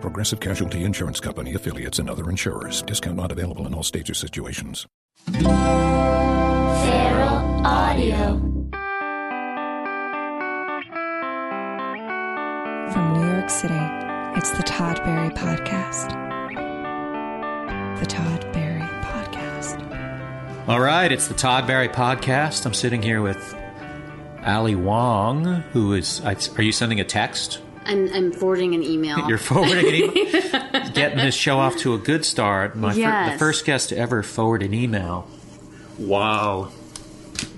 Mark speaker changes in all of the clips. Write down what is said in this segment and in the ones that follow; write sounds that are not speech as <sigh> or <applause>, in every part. Speaker 1: Progressive Casualty Insurance Company, affiliates, and other insurers. Discount not available in all states or situations.
Speaker 2: Feral Audio.
Speaker 3: From New York City, it's the Todd Berry Podcast. The Todd Berry Podcast.
Speaker 4: All right, it's the Todd Barry podcast. I'm sitting here with Ali Wong, who is. I- Are you sending a text?
Speaker 5: I'm, I'm forwarding an email.
Speaker 4: You're forwarding an email,
Speaker 5: <laughs>
Speaker 4: getting this show off to a good start. My fir- the
Speaker 5: Yes.
Speaker 4: first guest to ever forward an email. Wow.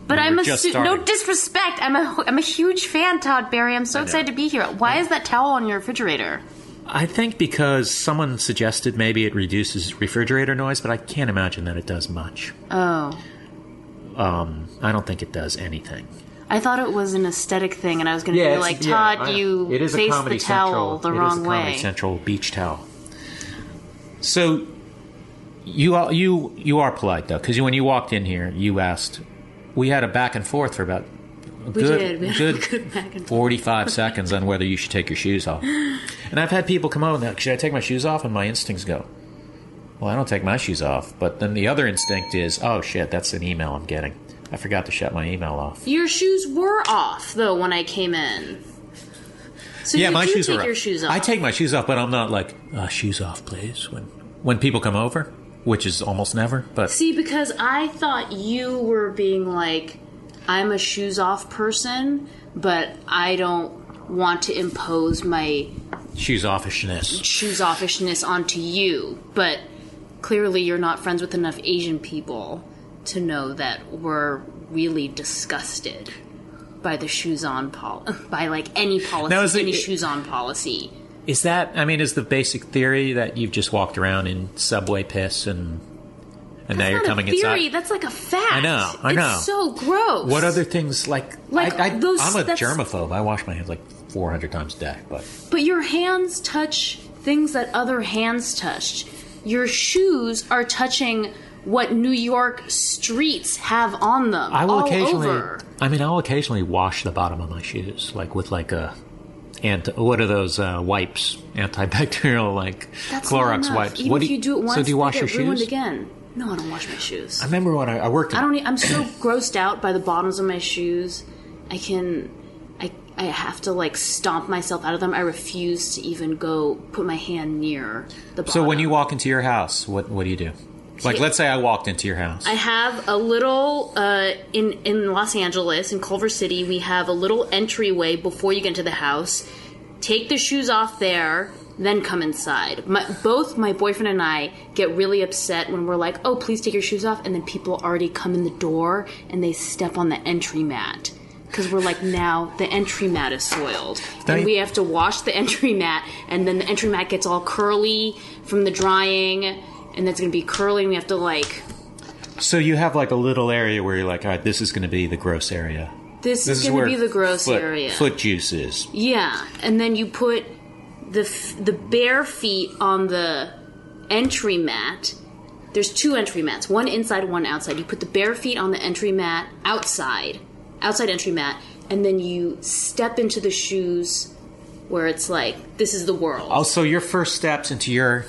Speaker 5: but
Speaker 4: we
Speaker 5: I'm
Speaker 4: were
Speaker 5: a
Speaker 4: just
Speaker 5: su- no
Speaker 4: starting.
Speaker 5: disrespect. I'm a I'm a huge fan, Todd Barry. I'm so excited to be here. Why is that towel on your refrigerator?
Speaker 4: I think because someone suggested maybe it reduces refrigerator noise, but I can't imagine that it does much.
Speaker 5: Oh,
Speaker 4: Um, I don't think it does anything.
Speaker 5: I thought it was an aesthetic thing, and I was going to
Speaker 4: Yeah,
Speaker 5: be
Speaker 4: it's-
Speaker 5: like,
Speaker 4: yeah,
Speaker 5: Todd,
Speaker 4: I-
Speaker 5: you
Speaker 4: it is a
Speaker 5: face
Speaker 4: Comedy
Speaker 5: the towel
Speaker 4: Central,
Speaker 5: the
Speaker 4: it is
Speaker 5: wrong
Speaker 4: a Comedy
Speaker 5: way.
Speaker 4: Central beach towel. So you are, you you are polite though, because when you walked in here, you asked. We had a back and forth for about a
Speaker 5: We
Speaker 4: good,
Speaker 5: did. We had a
Speaker 4: good,
Speaker 5: good back and forth.
Speaker 4: forty-five seconds on whether you should take your shoes off. And I've had people come over and they're like, should I take my shoes off? And my instincts go, well, I don't take my shoes off. But then the other instinct is, oh shit, that's an email I'm getting. I forgot to shut my email off.
Speaker 5: Your shoes were off though when I came in. So
Speaker 4: yeah,
Speaker 5: you
Speaker 4: my
Speaker 5: do
Speaker 4: shoes
Speaker 5: take
Speaker 4: are
Speaker 5: your
Speaker 4: off.
Speaker 5: shoes off.
Speaker 4: I take my shoes off, but I'm not like uh, shoes off, please. When when people come over, which is almost never, but
Speaker 5: See, because I thought you were being like, I'm a shoes off person, but I don't want to impose my
Speaker 4: shoes offishness.
Speaker 5: shoes offishness onto you. But clearly, you're not friends with enough Asian people to know that we're really disgusted by the shoes on pol by like any policy,
Speaker 4: Now, is it-
Speaker 5: any shoes on policy.
Speaker 4: Is that? I mean, is the basic theory that you've just walked around in subway piss and and now
Speaker 5: That's
Speaker 4: you're
Speaker 5: not
Speaker 4: coming
Speaker 5: a theory.
Speaker 4: inside?
Speaker 5: That's like a fact.
Speaker 4: I know, I
Speaker 5: it's
Speaker 4: know.
Speaker 5: So gross.
Speaker 4: What other things like
Speaker 5: Like
Speaker 4: I, I,
Speaker 5: those-
Speaker 4: I'm a
Speaker 5: that's-
Speaker 4: germaphobe. I wash my hands like 400 times a day, but
Speaker 5: But your hands touch things that other hands touched. Your shoes are touching what New York streets have on them.
Speaker 4: I will
Speaker 5: all
Speaker 4: occasionally.
Speaker 5: Over.
Speaker 4: I mean, I'll occasionally wash the bottom of my shoes, like with like a. Anti, what are those uh, wipes? Antibacterial, like
Speaker 5: That's not
Speaker 4: Clorox
Speaker 5: enough.
Speaker 4: wipes.
Speaker 5: Even
Speaker 4: what
Speaker 5: if you do it once,
Speaker 4: so do you wash
Speaker 5: they
Speaker 4: your
Speaker 5: get ruined
Speaker 4: shoes?
Speaker 5: again. No, I don't wash my shoes.
Speaker 4: I remember when I, I worked.
Speaker 5: I don't. e- I'm
Speaker 4: <clears throat>
Speaker 5: so grossed out by the bottoms of my shoes. I can. I. I have to like stomp myself out of them. I refuse to even go put my hand near the bottom.
Speaker 4: so when you walk into your house, what what do you do? Like, let's say I walked into your house.
Speaker 5: I have a little uh, in in Los Angeles in Culver City. We have a little entryway before you get into the house. Take the shoes off there, then come inside. My, both my boyfriend and I get really upset when we're like, "Oh, please take your shoes off," and then people already come in the door and they step on the entry mat. Because we're like now the entry mat is soiled,
Speaker 4: Don't-
Speaker 5: and we have to wash the entry mat, and then the entry mat gets all curly from the drying, and that's gonna be curly. And we have to like
Speaker 4: so you have like a little area where you're like, all right, this is going to be the gross area.
Speaker 5: This,
Speaker 4: This
Speaker 5: is,
Speaker 4: is
Speaker 5: going
Speaker 4: where
Speaker 5: to be the gross
Speaker 4: foot,
Speaker 5: area.
Speaker 4: Foot juice is.
Speaker 5: Yeah, and then you put the f- the bare feet on the entry mat. There's two entry mats, one inside, one outside. You put the bare feet on the entry mat outside, outside entry mat, and then you step into the shoes where it's like this is the world.
Speaker 4: Also, Oh, your first steps into your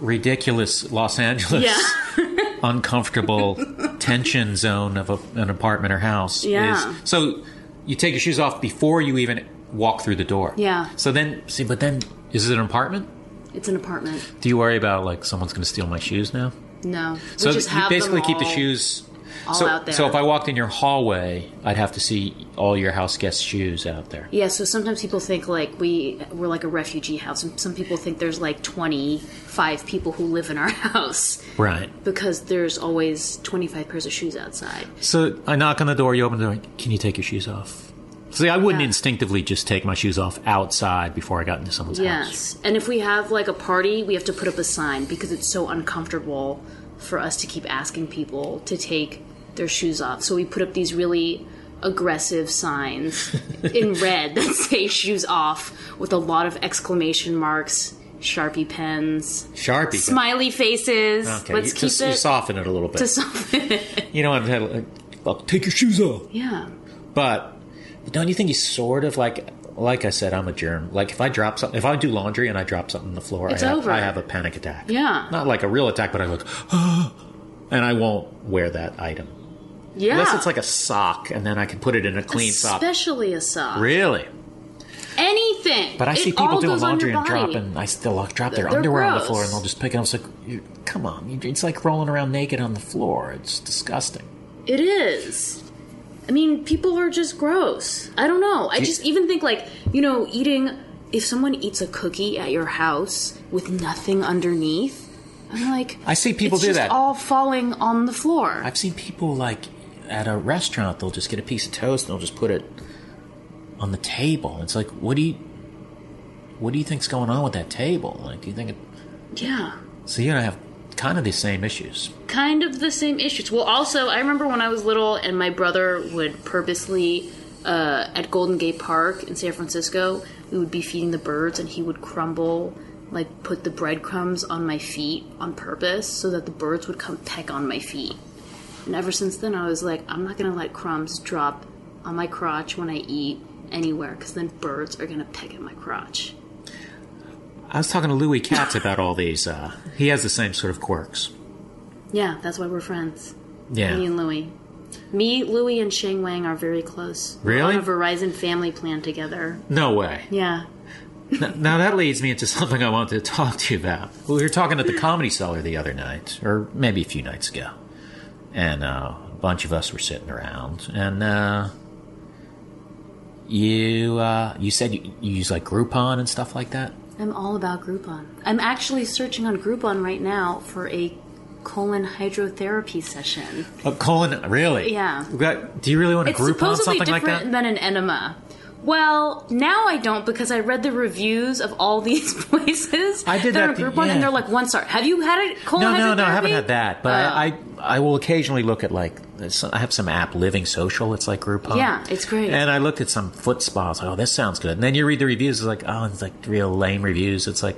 Speaker 4: ridiculous Los Angeles
Speaker 5: yeah,
Speaker 4: <laughs> uncomfortable tension zone of a, an apartment or house
Speaker 5: Yeah.
Speaker 4: is so you take your shoes off before you even walk through the door.
Speaker 5: Yeah.
Speaker 4: So then see but then is it an apartment?
Speaker 5: it's an apartment.
Speaker 4: Do you worry about like someone's going to steal my shoes now?
Speaker 5: No,
Speaker 4: so
Speaker 5: we just
Speaker 4: you
Speaker 5: have
Speaker 4: basically
Speaker 5: them
Speaker 4: keep the
Speaker 5: all-
Speaker 4: shoes
Speaker 5: all
Speaker 4: so,
Speaker 5: out there.
Speaker 4: So if I walked in your hallway, I'd have to see all your house guests' shoes out there.
Speaker 5: Yeah, so sometimes people think like we we're like a refugee house, and some people think there's like 25 people who live in our <laughs> house
Speaker 4: Right.
Speaker 5: because there's always 25 pairs of shoes outside.
Speaker 4: So I knock on the door, you open the door, can you take your shoes off? See, I wouldn't
Speaker 5: Yeah.
Speaker 4: instinctively just take my shoes off outside before I got into someone's house.
Speaker 5: Yes, and if we have like a party, we have to put up a sign because it's so uncomfortable for us to keep asking people to take their shoes off. So we put up these really aggressive signs in red that say shoes off with a lot of exclamation marks, Sharpie pens,
Speaker 4: Sharpie.
Speaker 5: smiley faces.
Speaker 4: okay,
Speaker 5: Let's
Speaker 4: you,
Speaker 5: keep
Speaker 4: just, you
Speaker 5: it
Speaker 4: soften it a little
Speaker 5: <laughs>
Speaker 4: bit.
Speaker 5: to something. <laughs>
Speaker 4: you know, I've had like, well, take your shoes off.
Speaker 5: yeah.
Speaker 4: But don't you think he's sort of like, like I said, I'm a germ. Like if I drop something, if I do laundry and I drop something on the floor,
Speaker 5: It's
Speaker 4: I, have,
Speaker 5: over.
Speaker 4: I have a panic attack.
Speaker 5: Yeah.
Speaker 4: Not like a real attack, but I look, <gasps> and I won't wear that item.
Speaker 5: Yeah.
Speaker 4: Unless it's like a sock, and then I can put it in a clean sock.
Speaker 5: Especially a sock.
Speaker 4: Really?
Speaker 5: Anything.
Speaker 4: But I
Speaker 5: It
Speaker 4: see
Speaker 5: all
Speaker 4: people doing
Speaker 5: goes on
Speaker 4: laundry
Speaker 5: your
Speaker 4: and
Speaker 5: body.
Speaker 4: dropping. I still like, drop their
Speaker 5: They're
Speaker 4: underwear on the
Speaker 5: gross.
Speaker 4: floor and they'll just pick it up. It's like, you- come on, you- it's like rolling around naked on the floor. It's disgusting.
Speaker 5: It is. I mean, people are just gross. I don't know. I just even think like, you know, eating if someone eats a cookie at your house with nothing underneath, I'm like
Speaker 4: I see people
Speaker 5: it's
Speaker 4: do
Speaker 5: just
Speaker 4: that.
Speaker 5: all falling on the floor.
Speaker 4: I've seen people like at a restaurant, they'll just get a piece of toast and they'll just put it on the table. It's like, what do you, what do you think's going on with that table? Like, do you think? It,
Speaker 5: yeah.
Speaker 4: so you and I have kind of the same issues.
Speaker 5: kind of the same issues. Well, also, I remember when I was little and my brother would purposely, uh, at Golden Gate Park in San Francisco, we would be feeding the birds and he would crumble, like, put the breadcrumbs on my feet on purpose so that the birds would come peck on my feet. And ever since then, I was like, I'm not gonna let crumbs drop on my crotch when I eat anywhere because then birds are gonna peck at my crotch.
Speaker 4: I was talking to Louis Katz about all these. Uh, he has the same sort of quirks.
Speaker 5: Yeah, that's why we're friends.
Speaker 4: Yeah.
Speaker 5: Me and Louie. Me, Louie, and Shang Wang are very close.
Speaker 4: Really?
Speaker 5: We're on a Verizon family plan together.
Speaker 4: No way.
Speaker 5: Yeah.
Speaker 4: Now that leads me into <laughs> something I wanted to talk to you about. We were talking at the Comedy Cellar the other night, or maybe a few nights ago, and uh, a bunch of us were sitting around, and uh, you uh, you said you, you use like Groupon and stuff like that.
Speaker 5: I'm all about Groupon. I'm actually searching on Groupon right now for a colon hydrotherapy session.
Speaker 4: Oh, Colin, really?
Speaker 5: Yeah.
Speaker 4: We got- Do you really want to
Speaker 5: It's
Speaker 4: Groupon
Speaker 5: supposedly
Speaker 4: something like
Speaker 5: different
Speaker 4: that?
Speaker 5: than an enema. Well, now I don't because I read the reviews of all <laughs> these places.
Speaker 4: I did
Speaker 5: that
Speaker 4: that the-
Speaker 5: on Groupon,
Speaker 4: yeah.
Speaker 5: and they're like one star. Have you had a colon
Speaker 4: No, no, no. I
Speaker 5: hydrotherapy?
Speaker 4: haven't had that, but
Speaker 5: Oh.
Speaker 4: I, I I will occasionally look at like I have some app, Living Social. It's like Groupon.
Speaker 5: Yeah, it's great.
Speaker 4: And I looked at some foot spas. Like, oh, this sounds good. And then you read the reviews. It's like, oh, it's like real lame reviews. It's like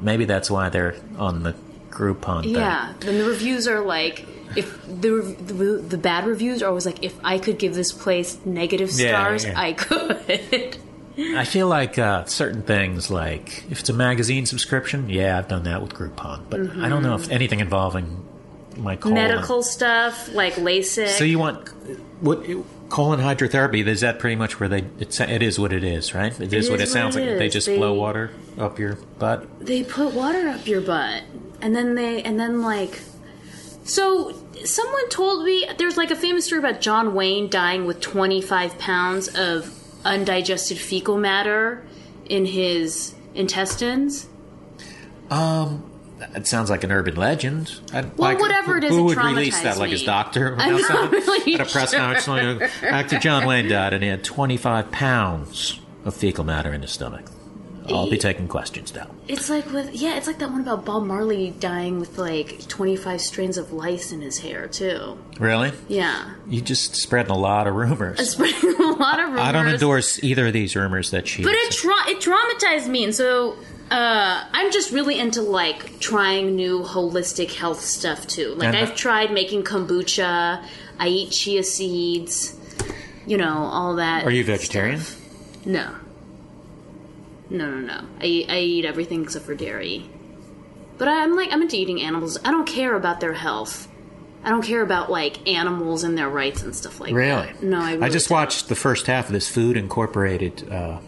Speaker 4: maybe that's why they're on the Groupon. thing.
Speaker 5: Yeah, then the reviews are like if the, rev- the re- the bad reviews are always like if I could give this place negative
Speaker 4: Yeah,
Speaker 5: stars,
Speaker 4: yeah.
Speaker 5: I could. <laughs>
Speaker 4: I feel like uh, certain things, like if it's a magazine subscription, yeah, I've done that with Groupon. But I don't know if anything involving my colon.
Speaker 5: Mm-hmm. Medical stuff like LASIK.
Speaker 4: So you want what colon hydrotherapy? Is that pretty much where they? It's, it is what it is, right? It is,
Speaker 5: is
Speaker 4: what it
Speaker 5: what
Speaker 4: sounds
Speaker 5: it
Speaker 4: like. They
Speaker 5: is.
Speaker 4: just
Speaker 5: They-
Speaker 4: blow water up your butt.
Speaker 5: they put water up your butt, and then they and then like so. Someone told me there's like a famous story about John Wayne dying with 25 pounds of undigested fecal matter in his intestines.
Speaker 4: Um, it sounds like an urban legend. I, well,
Speaker 5: whatever
Speaker 4: who,
Speaker 5: it is,
Speaker 4: Who
Speaker 5: it
Speaker 4: would release
Speaker 5: traumatized
Speaker 4: that? Like his
Speaker 5: me.
Speaker 4: doctor?
Speaker 5: <laughs>
Speaker 4: <laughs>
Speaker 5: I'm not
Speaker 4: Without someone-
Speaker 5: really
Speaker 4: at a press
Speaker 5: sure.
Speaker 4: conference. like, Actor John Wayne died, and he had 25 pounds of fecal matter in his stomach. I'll be taking questions now.
Speaker 5: It's like with yeah, it's like that one about Bob Marley dying with like 25 strains of lice in his hair too.
Speaker 4: Really?
Speaker 5: Yeah,
Speaker 4: You just spreading a lot of rumors.
Speaker 5: spreading <laughs> a lot of rumors.
Speaker 4: I don't endorse either of these rumors that she.
Speaker 5: But it tra- it traumatized me, and so uh, I'm just really into like trying new holistic health stuff too. Like
Speaker 4: And-
Speaker 5: I've tried making kombucha. I eat chia seeds. You know all that.
Speaker 4: Are you vegetarian?
Speaker 5: No. No, no, no. I, I eat everything except for dairy. But I'm like, I'm into eating animals. I don't care about their health. I don't care about like animals and their rights and stuff like
Speaker 4: Really?
Speaker 5: that. No, I really
Speaker 4: I just
Speaker 5: don't.
Speaker 4: watched the first half of this Food Incorporated uh,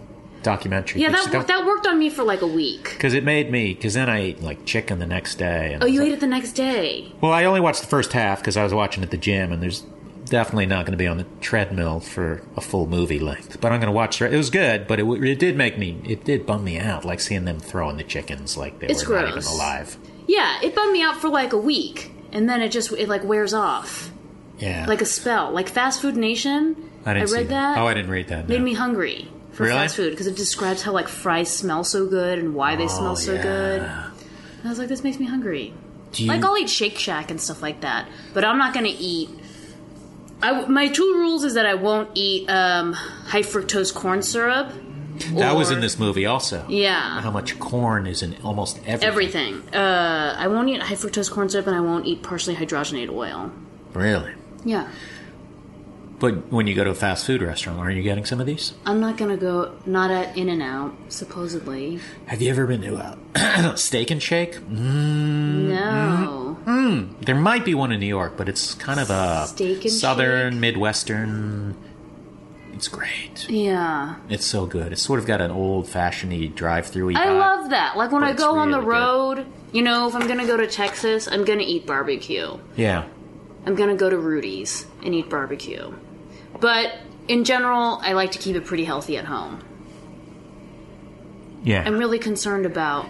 Speaker 4: documentary.
Speaker 5: Yeah, that, wor- that worked on me for like a week.
Speaker 4: because it made me because then I ate like chicken the next day. And
Speaker 5: Oh,
Speaker 4: I was
Speaker 5: you
Speaker 4: like-
Speaker 5: ate it the next day.
Speaker 4: Well, I only watched the first half because I was watching at the gym, and there's definitely not going to be on the treadmill for a full movie length. But I'm going to watch. It was good, but it, w- it did make me. It did bum me out, like seeing them throwing the chickens like they
Speaker 5: It's
Speaker 4: were not
Speaker 5: gross.
Speaker 4: even alive.
Speaker 5: Yeah, it bummed me out for like a week, and then it just it like wears off
Speaker 4: Yeah,
Speaker 5: like a spell. Like Fast Food Nation.
Speaker 4: I didn't
Speaker 5: I
Speaker 4: see
Speaker 5: read that.
Speaker 4: Oh, I didn't read that.
Speaker 5: made
Speaker 4: no.
Speaker 5: me hungry for
Speaker 4: Really?
Speaker 5: fast food because it describes how like fries smell so good and why they smell so
Speaker 4: Oh, yeah.
Speaker 5: good. And I was like, this makes me hungry.
Speaker 4: Do you,
Speaker 5: Like I'll eat Shake Shack and stuff like that, but I'm not gonna eat. I w my two rules is that I won't eat um, high fructose corn syrup.
Speaker 4: that was
Speaker 5: or-
Speaker 4: in this movie also.
Speaker 5: Yeah.
Speaker 4: How much corn is in almost everything.
Speaker 5: Everything. Uh, I won't eat high fructose corn syrup, and I won't eat partially hydrogenated oil.
Speaker 4: Really?
Speaker 5: Yeah,
Speaker 4: But when you go to a fast food restaurant, are you getting some of these?
Speaker 5: I'm not gonna go not at In and Out supposedly.
Speaker 4: Have you ever been to uh, <coughs> Steak and Shake? Mm. Mm-hmm.
Speaker 5: No,
Speaker 4: Hmm, There might be one in New York, but it's kind of a
Speaker 5: Steak and
Speaker 4: southern,
Speaker 5: Shake?
Speaker 4: midwestern. It's great.
Speaker 5: yeah,
Speaker 4: It's so good. It's sort of got an old fashioned drive-through.
Speaker 5: I love that. Like when
Speaker 4: But
Speaker 5: I
Speaker 4: it's
Speaker 5: go on the
Speaker 4: really good.
Speaker 5: road, you know, if I'm gonna go to Texas, I'm gonna eat barbecue.
Speaker 4: Yeah.
Speaker 5: I'm gonna go to Rudy's and eat barbecue. But in general, I like to keep it pretty healthy at home.
Speaker 4: Yeah.
Speaker 5: I'm really concerned about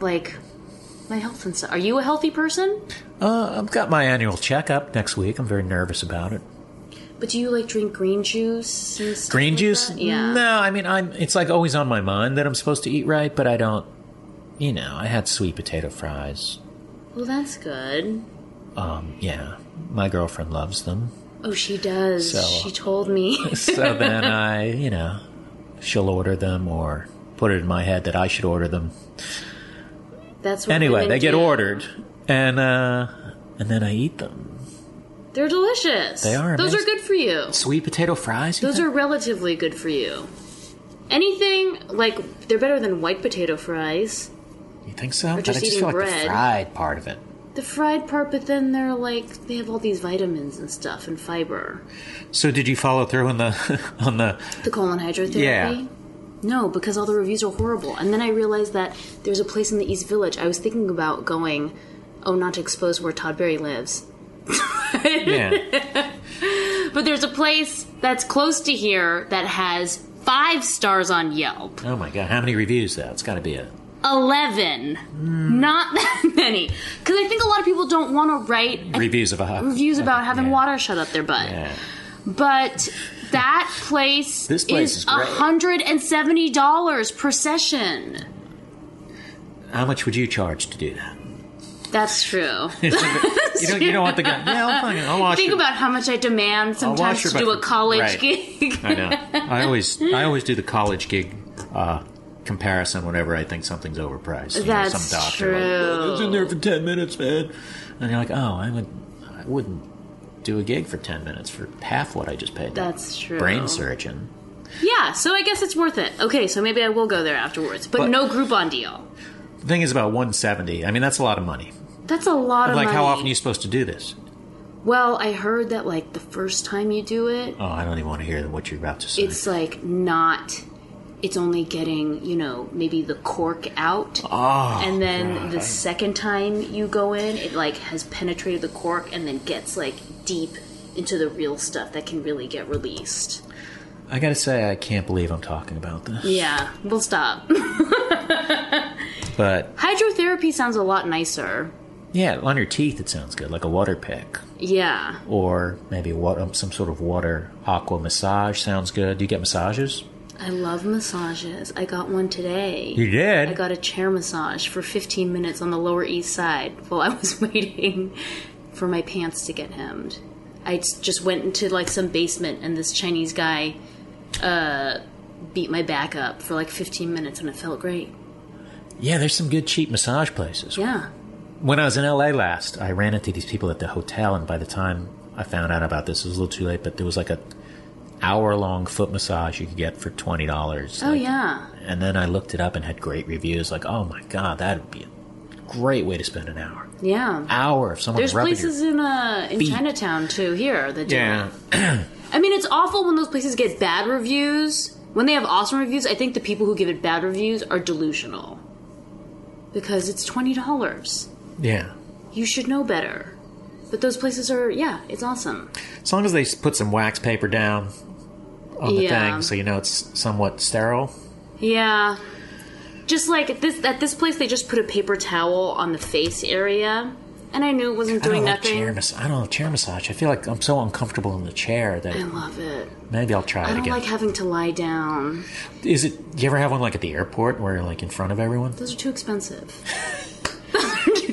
Speaker 5: like my health and stuff. Are you a healthy person?
Speaker 4: uh, I've got my annual checkup next week. I'm very nervous about it.
Speaker 5: But do you like drink green juice? and stuff
Speaker 4: Green
Speaker 5: like
Speaker 4: juice?
Speaker 5: that? Yeah.
Speaker 4: No, I mean, I'm. It's like always on my mind that I'm supposed to eat right, but I don't. You know, I had sweet potato fries.
Speaker 5: Well, that's good.
Speaker 4: Um, yeah, my girlfriend loves them.
Speaker 5: Oh, she does.
Speaker 4: So, uh,
Speaker 5: she told me.
Speaker 4: <laughs> So then I, you know, she'll order them or put it in my head that I should order them.
Speaker 5: that's what
Speaker 4: Anyway,
Speaker 5: women
Speaker 4: they get
Speaker 5: do.
Speaker 4: ordered, and uh, and then I eat them.
Speaker 5: They're delicious.
Speaker 4: They are
Speaker 5: Those are
Speaker 4: amazing.
Speaker 5: good for you.
Speaker 4: Sweet potato fries. you
Speaker 5: Those
Speaker 4: think?
Speaker 5: are relatively good for you. Anything like they're better than white potato fries.
Speaker 4: You think so? But I
Speaker 5: just
Speaker 4: just
Speaker 5: eating
Speaker 4: feel like
Speaker 5: bread.
Speaker 4: the fried part of it.
Speaker 5: The fried part, but then they're like they have all these vitamins and stuff and fiber.
Speaker 4: So did you follow through on the <laughs> on the?
Speaker 5: The colon hydrotherapy.
Speaker 4: Yeah.
Speaker 5: No, because all the reviews are horrible. And then I realized that there's a place in the East Village. I was thinking about going. Oh, not to expose where Todd Berry lives. <laughs>
Speaker 4: Yeah.
Speaker 5: But there's a place that's close to here that has five stars on Yelp.
Speaker 4: oh my god, how many reviews though? It's got to be a.
Speaker 5: 11.
Speaker 4: Hmm.
Speaker 5: Not <laughs> that many. Because I think a lot of people don't want to write
Speaker 4: Reviews of a hot-
Speaker 5: reviews about having
Speaker 4: Yeah.
Speaker 5: water shut up their butt.
Speaker 4: Yeah.
Speaker 5: But that place,
Speaker 4: This place is great.
Speaker 5: $170 per session.
Speaker 4: How much would you charge to
Speaker 5: <laughs>
Speaker 4: do that?
Speaker 5: That's true.
Speaker 4: You don't, you don't want the guy. Yeah, I'll, fucking, I'll <laughs> wash
Speaker 5: Think
Speaker 4: your-
Speaker 5: about how much I demand
Speaker 4: I'll
Speaker 5: sometimes
Speaker 4: wash
Speaker 5: to
Speaker 4: your
Speaker 5: do a
Speaker 4: butt for-
Speaker 5: college
Speaker 4: right.
Speaker 5: gig.
Speaker 4: I know. <laughs> I always I always do the college gig uh, comparison whenever I think something's overpriced. You know,
Speaker 5: That's
Speaker 4: some doctor like,
Speaker 5: true.
Speaker 4: "Oh, it's in there for ten minutes, man. And you're like, oh, I would I wouldn't do a gig for ten minutes for half what I just paid. that
Speaker 5: That's true.
Speaker 4: Brain surgeon.
Speaker 5: <laughs> Yeah, so I guess it's worth it. Okay, so maybe I will go there afterwards. But,
Speaker 4: But-
Speaker 5: no Groupon deal.
Speaker 4: The thing is about one seventy. I mean, that's a lot of money.
Speaker 5: That's a lot of
Speaker 4: like,
Speaker 5: money.
Speaker 4: how often are you supposed to do this?
Speaker 5: Well, I heard that like the first time you do it,
Speaker 4: Oh, I don't even want to hear what you're about to say.
Speaker 5: it's like not. It's only getting you know maybe the cork out,
Speaker 4: oh,
Speaker 5: and then
Speaker 4: God.
Speaker 5: the second time you go in, it like has penetrated the cork and then gets like deep into the real stuff that can really get released.
Speaker 4: I gotta say, I can't believe I'm talking about this.
Speaker 5: Yeah, we'll stop. <laughs>
Speaker 4: But
Speaker 5: Hydrotherapy sounds a lot nicer.
Speaker 4: yeah, on your teeth, it sounds good, like a water pick.
Speaker 5: Yeah,
Speaker 4: or maybe what some sort of water aqua massage sounds good. Do you get massages?
Speaker 5: I love massages. I got one today.
Speaker 4: did.
Speaker 5: I got a chair massage for 15 minutes on the Lower East Side while I was <laughs> waiting for my pants to get hemmed. I s- just went into like some basement and this Chinese guy uh, beat my back up for like 15 minutes and it felt great.
Speaker 4: yeah, there's some good cheap massage places.
Speaker 5: Yeah. Oh,
Speaker 4: When I was in LA last, I ran into these people at the hotel, and by the time I found out about this, it was a little too late. But there was like a hour long foot massage you could get for twenty dollars.
Speaker 5: Oh, yeah.
Speaker 4: And then I looked it up and had great reviews. Like, oh my god, that'd be a great way to spend an hour.
Speaker 5: Yeah.
Speaker 4: Hour of someone
Speaker 5: There's
Speaker 4: rubbing
Speaker 5: places
Speaker 4: your
Speaker 5: in uh, in Chinatown too here that do
Speaker 4: yeah.
Speaker 5: I mean, it's awful when those places get bad reviews. When they have awesome reviews, I think the people who give it bad reviews are delusional. Because it's $20.
Speaker 4: Yeah.
Speaker 5: You should know better. But those places are, yeah, it's awesome.
Speaker 4: As long as they s- put some wax paper down on the
Speaker 5: Yeah.
Speaker 4: thing, so you know it's somewhat sterile.
Speaker 5: Yeah. Just like at this at this place they just put a paper towel on the face area. And I knew it wasn't doing
Speaker 4: I don't
Speaker 5: nothing.
Speaker 4: Like chair mas- I don't know chair massage. I feel like I'm so uncomfortable in the chair
Speaker 5: I
Speaker 4: that
Speaker 5: love it.
Speaker 4: maybe I'll try
Speaker 5: Oh. I
Speaker 4: it
Speaker 5: don't
Speaker 4: again.
Speaker 5: like having to lie down.
Speaker 4: Is it? You ever have one like at the airport where you're like in front of everyone?
Speaker 5: Those are too expensive.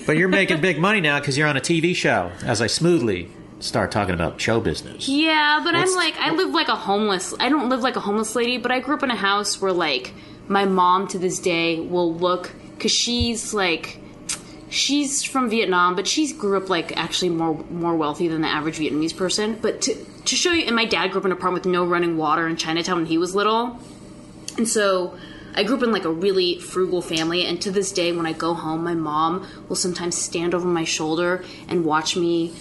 Speaker 4: But you're making big money now because you're on a TV show. As I smoothly start talking about show business.
Speaker 5: Yeah, but I'm like I live like a homeless. I don't live like a homeless lady, but I grew up in a house where like my mom to this day will look cuz she's like she's from Vietnam, but she grew up like actually more more wealthy than the average Vietnamese person, but to to show you and my dad grew up in an apartment with no running water in Chinatown when he was little. And so I grew up in like a really frugal family, and to this day, when I go home, my mom will sometimes stand over my shoulder and watch me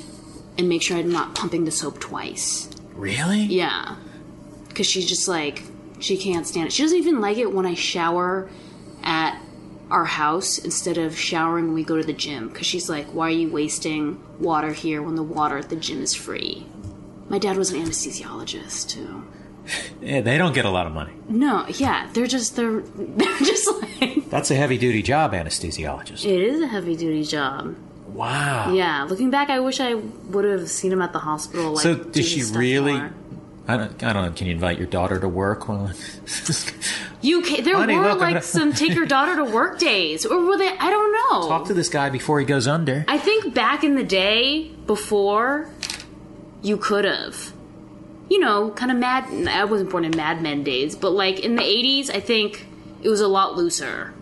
Speaker 5: and make sure I'm not pumping the soap twice.
Speaker 4: Really?
Speaker 5: Yeah. Because she's just like, she can't stand it. She doesn't even like it when I shower at our house instead of showering when we go to the gym. Because she's like, why are you wasting water here when the water at the gym is free? My dad was an anesthesiologist, too.
Speaker 4: Yeah, they don't get a lot of money.
Speaker 5: No, yeah, they're just, they're, <laughs> they're just like,
Speaker 4: That's a heavy duty job, anesthesiologist.
Speaker 5: it is a heavy duty job.
Speaker 4: Wow.
Speaker 5: Yeah, looking back, I wish I would have seen him at the hospital. Like,
Speaker 4: So
Speaker 5: do
Speaker 4: does she
Speaker 5: this stuff
Speaker 4: really?
Speaker 5: more.
Speaker 4: I don't, I don't know. Can you invite your daughter to work? Well, <laughs>
Speaker 5: You ca- there
Speaker 4: Honey,
Speaker 5: were
Speaker 4: look, I'm
Speaker 5: like
Speaker 4: not-
Speaker 5: some take your daughter to work days, or were they? I don't know.
Speaker 4: talk to this guy before he goes under.
Speaker 5: I think back in the day, before you could have, you know, kind of mad. I wasn't born in Mad Men days, but like in the '80s, I think it was a lot looser.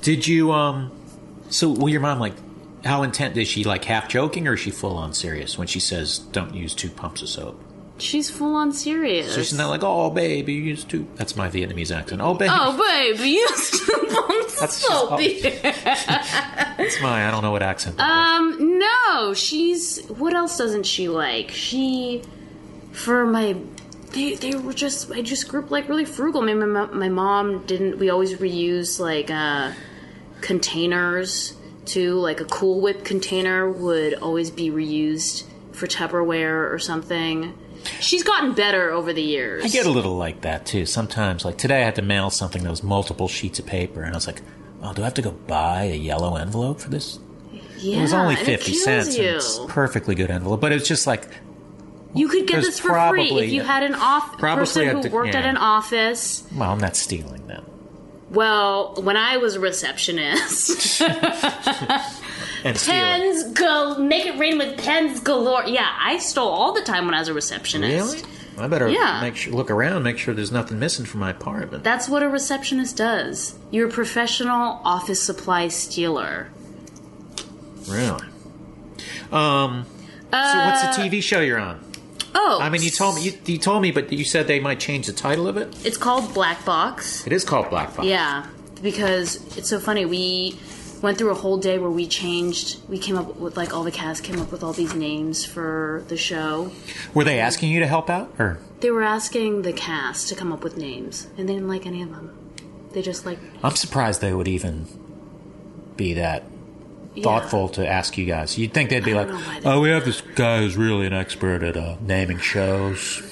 Speaker 4: Did you? Um. So, well, your mom like, how intent is she? Like half joking, or is she full on serious when she says, "Don't use two pumps of soap"?
Speaker 5: She's full on serious.
Speaker 4: So she's not like, "Oh, babe, you use two. That's my Vietnamese accent. "Oh, babe,
Speaker 5: Oh, babe, you <laughs> still want <laughs>
Speaker 4: That's just- oh.
Speaker 5: soap.
Speaker 4: that's my. I don't know what accent." That was.
Speaker 5: Um, no, she's. What else doesn't she like? She, for my, they they were just. I just grew up like really frugal. My my, my mom didn't. We always reuse like uh, containers too. Like a Cool Whip container would always be reused for Tupperware or something. She's gotten better over the years.
Speaker 4: I get a little like that too. Sometimes, like today, I had to mail something that was multiple sheets of paper, and I was like, "Oh, do I have to go buy a yellow envelope for this?"
Speaker 5: yeah,
Speaker 4: It was only
Speaker 5: and
Speaker 4: fifty
Speaker 5: kills
Speaker 4: cents.
Speaker 5: You.
Speaker 4: And it's a perfectly good envelope, but it was just like
Speaker 5: You could get
Speaker 4: There's
Speaker 5: this for free
Speaker 4: probably-
Speaker 5: if you had an off
Speaker 4: Probably
Speaker 5: person
Speaker 4: at
Speaker 5: who
Speaker 4: the-
Speaker 5: worked at
Speaker 4: yeah.
Speaker 5: an office.
Speaker 4: Well, I'm not stealing them.
Speaker 5: Well, when I was a receptionist,
Speaker 4: And stealing.
Speaker 5: pens go make it rain with pens galore. Yeah, I stole all the time when I was a receptionist.
Speaker 4: Really? I better
Speaker 5: Yeah.
Speaker 4: make sure, look around, make sure there's nothing missing from my apartment.
Speaker 5: That's what a receptionist does. You're a professional office supply stealer.
Speaker 4: really? Um. so what's
Speaker 5: Uh,
Speaker 4: the TV show you're on?
Speaker 5: Oh,
Speaker 4: I mean, you told me you, you told me, but you said they might change the title of it.
Speaker 5: it's called Black Box.
Speaker 4: It is called Black Box.
Speaker 5: Yeah, because it's so funny. We went through a whole day where we changed. We came up with like all the cast came up with all these names for the show.
Speaker 4: Were they asking you to help out, or
Speaker 5: They were asking the cast to come up with names, and they didn't like any of them. They just like
Speaker 4: I'm surprised they would even be that thoughtful to ask you guys. You'd think they'd be
Speaker 5: I
Speaker 4: like,
Speaker 5: don't know why they
Speaker 4: "Oh, we have this guy who's really an expert at uh, naming shows.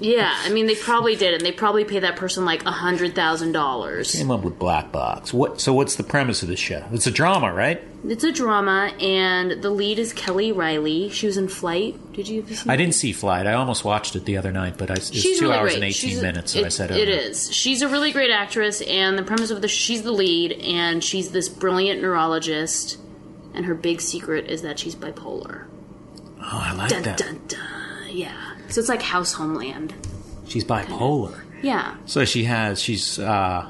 Speaker 5: Yeah, I mean they probably did, and they probably pay that person like a hundred thousand dollars.
Speaker 4: Came up with Black Box. What? So what's the premise of this show? It's a drama, right?
Speaker 5: It's a drama, and the lead is Kelly Riley. She was in Flight. Did you? Have you seen
Speaker 4: I
Speaker 5: that?
Speaker 4: didn't see Flight. I almost watched it the other night, but I, it's
Speaker 5: She's
Speaker 4: two
Speaker 5: really
Speaker 4: hours
Speaker 5: great.
Speaker 4: and 18
Speaker 5: She's-
Speaker 4: minutes, so
Speaker 5: it,
Speaker 4: I said,
Speaker 5: it
Speaker 4: oh.
Speaker 5: is. She's a really great actress, and the premise of the she's the lead, and she's this brilliant neurologist, and her big secret is that she's bipolar.
Speaker 4: Oh, I like
Speaker 5: Dun
Speaker 4: that.
Speaker 5: dun dun. Yeah. So it's like House Homeland.
Speaker 4: She's bipolar.
Speaker 5: Yeah.
Speaker 4: So she has, she's, uh,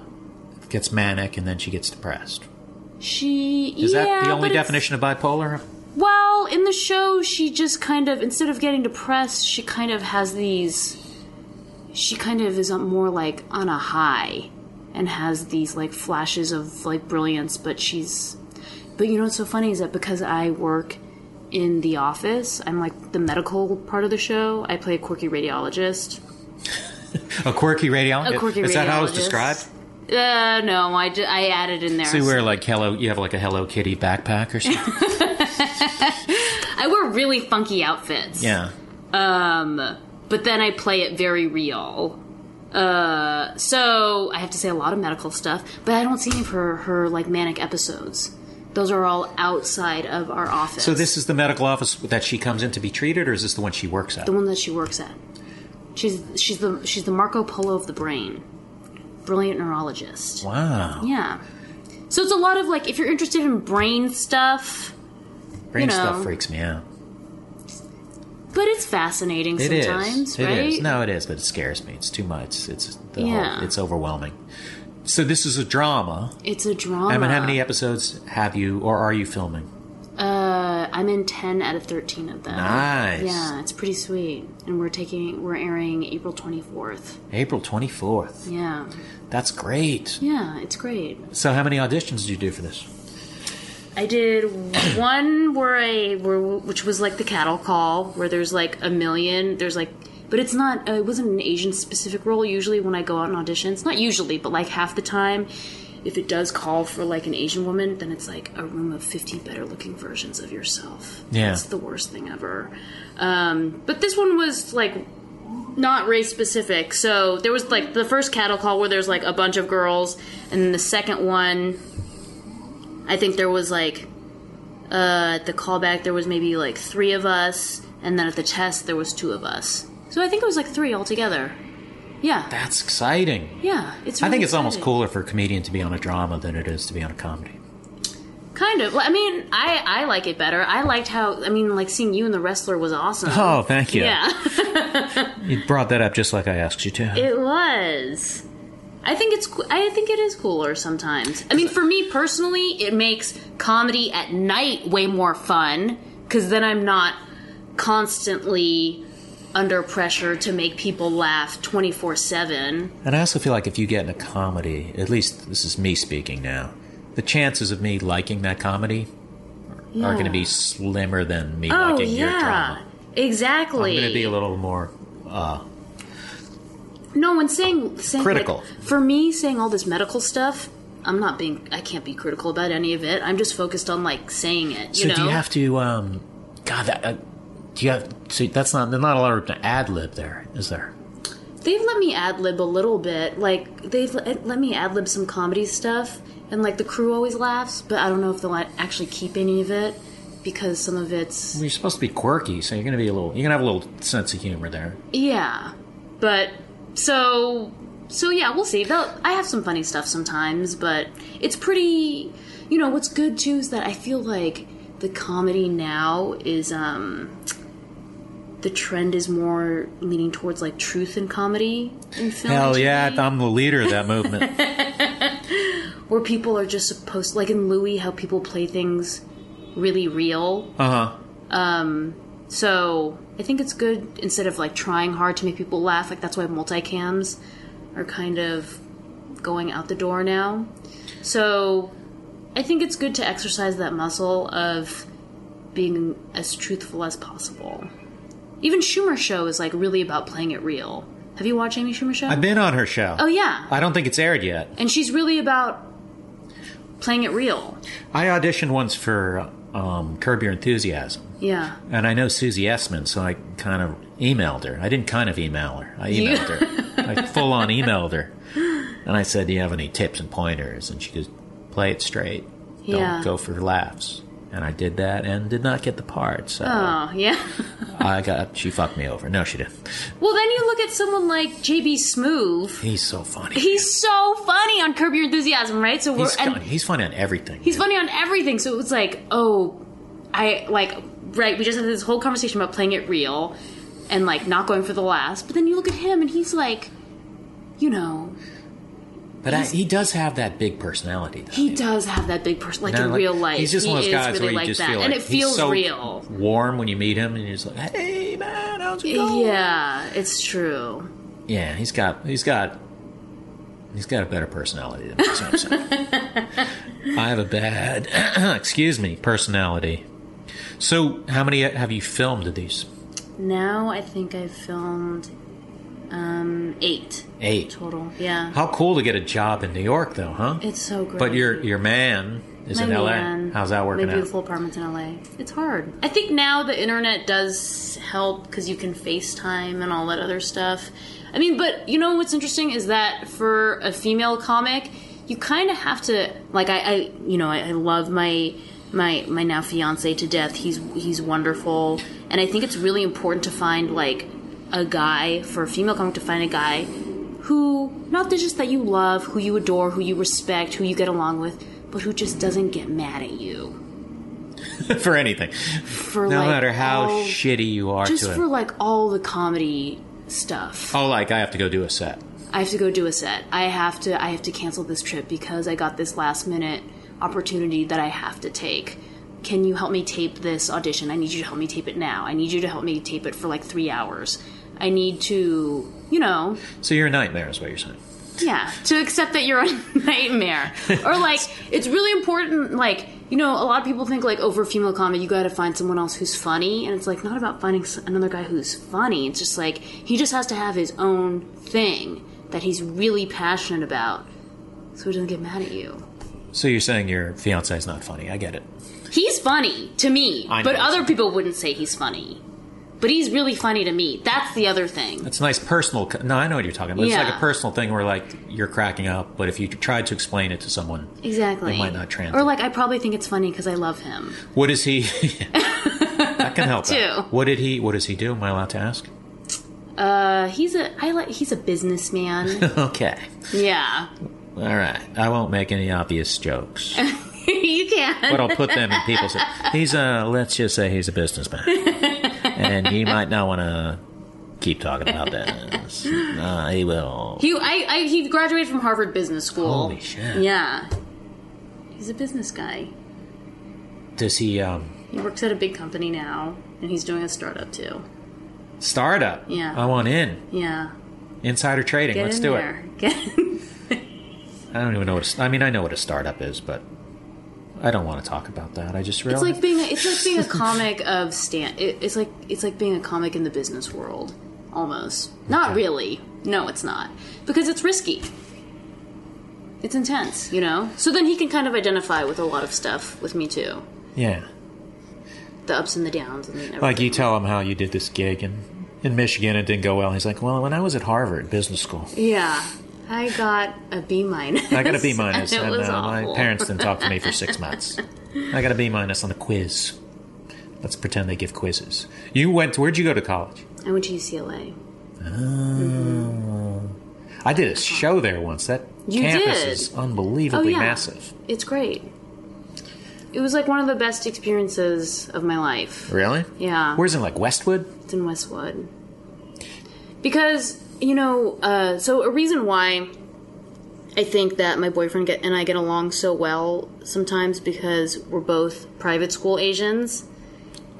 Speaker 4: gets manic and then she gets depressed.
Speaker 5: She
Speaker 4: Is
Speaker 5: yeah,
Speaker 4: that the only
Speaker 5: but it's-
Speaker 4: definition of bipolar?
Speaker 5: Well, in the show, she just kind of, instead of getting depressed, she kind of has these. She kind of is more like on a high and has these like flashes of like brilliance, but she's. But you know what's so funny is that because I work in the office, I'm like the medical part of the show, I play a quirky radiologist.
Speaker 4: A quirky radiologist?
Speaker 5: A quirky
Speaker 4: is that how it's
Speaker 5: radiologist.
Speaker 4: described?
Speaker 5: Uh, no, I, ju- I added in there.
Speaker 4: So you wear like hello, you have like a Hello Kitty backpack or something?
Speaker 5: <laughs> I wear really funky outfits.
Speaker 4: yeah.
Speaker 5: Um, but then I play it very real. Uh, so I have to say a lot of medical stuff, but I don't see any of her her like manic episodes. Those are all outside of our office.
Speaker 4: So this is the medical office that she comes in to be treated, or is this the one she works at?
Speaker 5: the one that she works at. She's she's the she's the Marco Polo of the brain, brilliant neurologist.
Speaker 4: Wow.
Speaker 5: Yeah, So it's a lot of like if you're interested in brain stuff,
Speaker 4: Brain
Speaker 5: You
Speaker 4: stuff
Speaker 5: know.
Speaker 4: freaks me out.
Speaker 5: but it's fascinating
Speaker 4: It is.
Speaker 5: sometimes,
Speaker 4: It
Speaker 5: right?
Speaker 4: is. No, it is, but it scares me. It's too much. It's the
Speaker 5: Yeah.
Speaker 4: whole, it's overwhelming. So this is a drama.
Speaker 5: It's a drama.
Speaker 4: I mean, how many episodes have you or are you filming?
Speaker 5: Uh, I'm in ten out of thirteen of them.
Speaker 4: Nice.
Speaker 5: Yeah, it's pretty sweet. And we're taking we're airing April twenty fourth.
Speaker 4: April 24th.
Speaker 5: Yeah,
Speaker 4: That's great.
Speaker 5: yeah, it's great.
Speaker 4: So how many auditions did you do for this?
Speaker 5: I did one where I where, which was like the cattle call where there's like a million. There's like. But it's not. Uh, it wasn't an Asian specific role. Usually, when I go out and audition, it's not usually, but like half the time, if it does call for like an Asian woman, then it's like a room of fifty better looking versions of yourself.
Speaker 4: Yeah.
Speaker 5: it's the worst thing ever. Um, but this one was like not race specific. So there was like the first cattle call where there's like a bunch of girls, and then the second one, I think there was like uh, at the callback there was maybe like three of us, and then at the test there was two of us. So I think it was like three altogether. Yeah,
Speaker 4: That's exciting.
Speaker 5: yeah. It's.
Speaker 4: I think
Speaker 5: really
Speaker 4: it's almost
Speaker 5: exciting.
Speaker 4: cooler for a comedian to be on a drama than it is to be on a comedy.
Speaker 5: Kind of. Well, I mean, I I like it better. I liked how I mean, like seeing you and the wrestler was awesome.
Speaker 4: Oh, thank you.
Speaker 5: yeah.
Speaker 4: You brought that up just like I asked you to.
Speaker 5: It was. I think it's. coo- I think it is cooler sometimes. I mean, for me personally, it makes comedy at night way more fun because then I'm not constantly under pressure to make people laugh twenty four seven.
Speaker 4: and I also feel like if you get in a comedy, at least this is me speaking now, the chances of me liking that comedy are going to be slimmer than me
Speaker 5: Oh
Speaker 4: liking your
Speaker 5: yeah,
Speaker 4: drama.
Speaker 5: exactly.
Speaker 4: I'm going to be a little more. Uh,
Speaker 5: No, when saying, saying like,
Speaker 4: Critical.
Speaker 5: for me, saying all this medical stuff, I'm not being. I can't be critical about any of it. I'm just focused on like saying it.
Speaker 4: so
Speaker 5: You know.
Speaker 4: do you have to? Um, God, that, uh, do you have? So that's not. There's not a lot of room to ad lib there, is there?
Speaker 5: they've let me ad lib a little bit. Like they've let let me ad lib some comedy stuff, and like the crew always laughs, but I don't know if they'll a- actually keep any of it because some of it's
Speaker 4: You're supposed to be quirky, so you're going to be a little. You're going to have a little sense of humor there.
Speaker 5: yeah. But so so yeah, we'll see. They'll, I have some funny stuff sometimes, but it's pretty. You know what's good too is that I feel like the comedy now is um the trend is more leaning towards like truth in comedy in film. and
Speaker 4: Hell yeah,
Speaker 5: TV.
Speaker 4: I'm the leader of that
Speaker 5: <laughs>
Speaker 4: movement.
Speaker 5: where people are just supposed like in Louis how people play things really real.
Speaker 4: uh huh.
Speaker 5: So I think it's good instead of like trying hard to make people laugh. Like that's why multicams are kind of going out the door now. So I think it's good to exercise that muscle of being as truthful as possible. Even Schumer show is like really about playing it real. Have you watched Amy Schumer show?
Speaker 4: I've been on her show.
Speaker 5: oh yeah,
Speaker 4: I don't think it's aired yet.
Speaker 5: and she's really about playing it real.
Speaker 4: I auditioned once for um, Curb Your Enthusiasm,
Speaker 5: Yeah.
Speaker 4: and I know Susie Essman, so I kind of emailed her. I didn't kind of email her. I
Speaker 5: You-
Speaker 4: emailed
Speaker 5: <laughs>
Speaker 4: her. I full on emailed her, and I said, "Do you have any tips and pointers?" And she goes, "Play it straight. Don't
Speaker 5: Yeah.
Speaker 4: go for laughs." And I did that, and did not get the part. So
Speaker 5: Oh, yeah.
Speaker 4: I got she fucked me over. No, she didn't.
Speaker 5: Well, then you look at someone like JB Smoove.
Speaker 4: He's so funny.
Speaker 5: He's so funny on Curb Your Enthusiasm, right? So we're
Speaker 4: He's
Speaker 5: and
Speaker 4: funny. He's funny on everything.
Speaker 5: he's funny on everything. So it was like, oh, I like right. We just had this whole conversation about playing it real and like not going for the last. But then you look at him and he's like, you know,
Speaker 4: But I, he does have that big personality, though.
Speaker 5: he does have that big person, like
Speaker 4: No,
Speaker 5: in
Speaker 4: like,
Speaker 5: real life.
Speaker 4: He's just
Speaker 5: he
Speaker 4: one of those
Speaker 5: is
Speaker 4: guys
Speaker 5: really
Speaker 4: where you
Speaker 5: like
Speaker 4: just
Speaker 5: that,
Speaker 4: feel like
Speaker 5: and it feels
Speaker 4: he's so
Speaker 5: real.
Speaker 4: warm when you meet him, and you're just like, "Hey, man, how's it going?"
Speaker 5: Yeah, it's true.
Speaker 4: yeah. He's got, he's got, he's got a better personality than me. That's what I'm
Speaker 5: <laughs>
Speaker 4: saying. I have a bad, <clears throat> excuse me, personality. So, how many have you filmed of these?
Speaker 5: Now I think I've filmed um, eight
Speaker 4: Eight.
Speaker 5: total. Yeah.
Speaker 4: How cool to get a job in New York, though, huh?
Speaker 5: It's so great. um,
Speaker 4: But your your man is
Speaker 5: My
Speaker 4: in L.A.
Speaker 5: man,
Speaker 4: How's that working
Speaker 5: my
Speaker 4: out?
Speaker 5: beautiful apartment's in LA. It's hard. I think now the internet does help because you can FaceTime and all that other stuff. I mean, but you know what's interesting is that for a female comic, you kind of have to like I, I you know I, I love my my my now fiance to death. He's he's wonderful, and I think it's really important to find like a guy for a female comic to find a guy who not that just that you love, who you adore, who you respect, who you get along with, but who just doesn't get mad at you
Speaker 4: <laughs> for anything,
Speaker 5: for
Speaker 4: no
Speaker 5: like
Speaker 4: matter how
Speaker 5: all-
Speaker 4: shitty you are
Speaker 5: just
Speaker 4: to
Speaker 5: for
Speaker 4: him.
Speaker 5: like all the comedy stuff.
Speaker 4: Oh, like I have to go do a set.
Speaker 5: I have to go do a set. I have to I have to cancel this trip because I got this last minute opportunity that I have to take. Can you help me tape this audition? I need you to help me tape it now. I need you to help me tape it for like 3 hours. I need to, you know,
Speaker 4: So you're a nightmare, is what you're saying.
Speaker 5: yeah, to accept that you're a <laughs> nightmare. Or like it's really important like you know, a lot of people think like over female comedy, you got to find someone else who's funny, and it's like not about finding s- another guy who's funny. It's just like he just has to have his own thing that he's really passionate about, so he doesn't get mad at you.
Speaker 4: So you're saying your fiance is not funny. I get it.
Speaker 5: He's funny to me,
Speaker 4: I know.
Speaker 5: but other people wouldn't say he's funny. But he's really funny to me. That's the other thing.
Speaker 4: It's a nice personal. co- No, I know what you're talking about. It's like
Speaker 5: Yeah.
Speaker 4: a personal thing where like you're cracking up, but if you tried to explain it to someone,
Speaker 5: exactly.
Speaker 4: It might not translate.
Speaker 5: Or like I probably think it's funny because I love him.
Speaker 4: what is he? <laughs> that can
Speaker 5: <laughs>
Speaker 4: help.
Speaker 5: Too.
Speaker 4: out. What did he? What does he do? Am I allowed to ask? <laughs>
Speaker 5: Uh, he's a I like he's a businessman.
Speaker 4: Okay.
Speaker 5: yeah, <laughs>
Speaker 4: All right. I won't make any obvious jokes,
Speaker 5: you can.
Speaker 4: but I'll put them in people's.
Speaker 5: <laughs>
Speaker 4: He's a. Let's just say he's a businessman, and you might not want to keep talking
Speaker 5: <laughs>
Speaker 4: about this. Uh, he will.
Speaker 5: He I, I he graduated from Harvard Business School.
Speaker 4: Holy shit.
Speaker 5: Yeah, he's a business guy.
Speaker 4: Does he um,
Speaker 5: He works at a big company now, and he's doing a startup too.
Speaker 4: startup?
Speaker 5: Yeah.
Speaker 4: I want in
Speaker 5: Yeah,
Speaker 4: insider trading.
Speaker 5: get
Speaker 4: let's
Speaker 5: in
Speaker 4: do it.
Speaker 5: there. <laughs> Get-
Speaker 4: I don't even know what. A, st- I mean, I know what a startup is, but I don't want to talk about that. I just
Speaker 5: it's
Speaker 4: realized.
Speaker 5: like being a, it's like
Speaker 4: <laughs>
Speaker 5: being a comic of stand. It, it's like it's like being a comic in the business world, almost. Not really. No, it's not because it's risky. It's intense, you know. So then he can kind of identify with a lot of stuff with me too,
Speaker 4: yeah,
Speaker 5: the ups and the downs and everything.
Speaker 4: like you tell him how you did this gig in in Michigan, it didn't go well. He's like, "Well, when I was at Harvard Business School,
Speaker 5: Yeah, I got a B minus.
Speaker 4: I got a B
Speaker 5: <laughs>
Speaker 4: minus,
Speaker 5: and
Speaker 4: and,
Speaker 5: it was
Speaker 4: uh, my
Speaker 5: awful.
Speaker 4: parents didn't talk to me for
Speaker 5: <laughs>
Speaker 4: six months. I got a B minus on the quiz. Let's pretend they give quizzes. You went? Where'd you go to college?
Speaker 5: I went to UCLA.
Speaker 4: Oh. I did a show there once. That
Speaker 5: Mm-hmm. You
Speaker 4: campus
Speaker 5: did? Oh,
Speaker 4: is unbelievably
Speaker 5: yeah.
Speaker 4: massive.
Speaker 5: It's great. It was like one of the best experiences of my life.
Speaker 4: Really?
Speaker 5: Yeah.
Speaker 4: Where's it? Like Westwood?
Speaker 5: It's in Westwood. Because, you know, uh, so a reason why I think that my boyfriend get, and I get along so well sometimes because we're both private school Asians.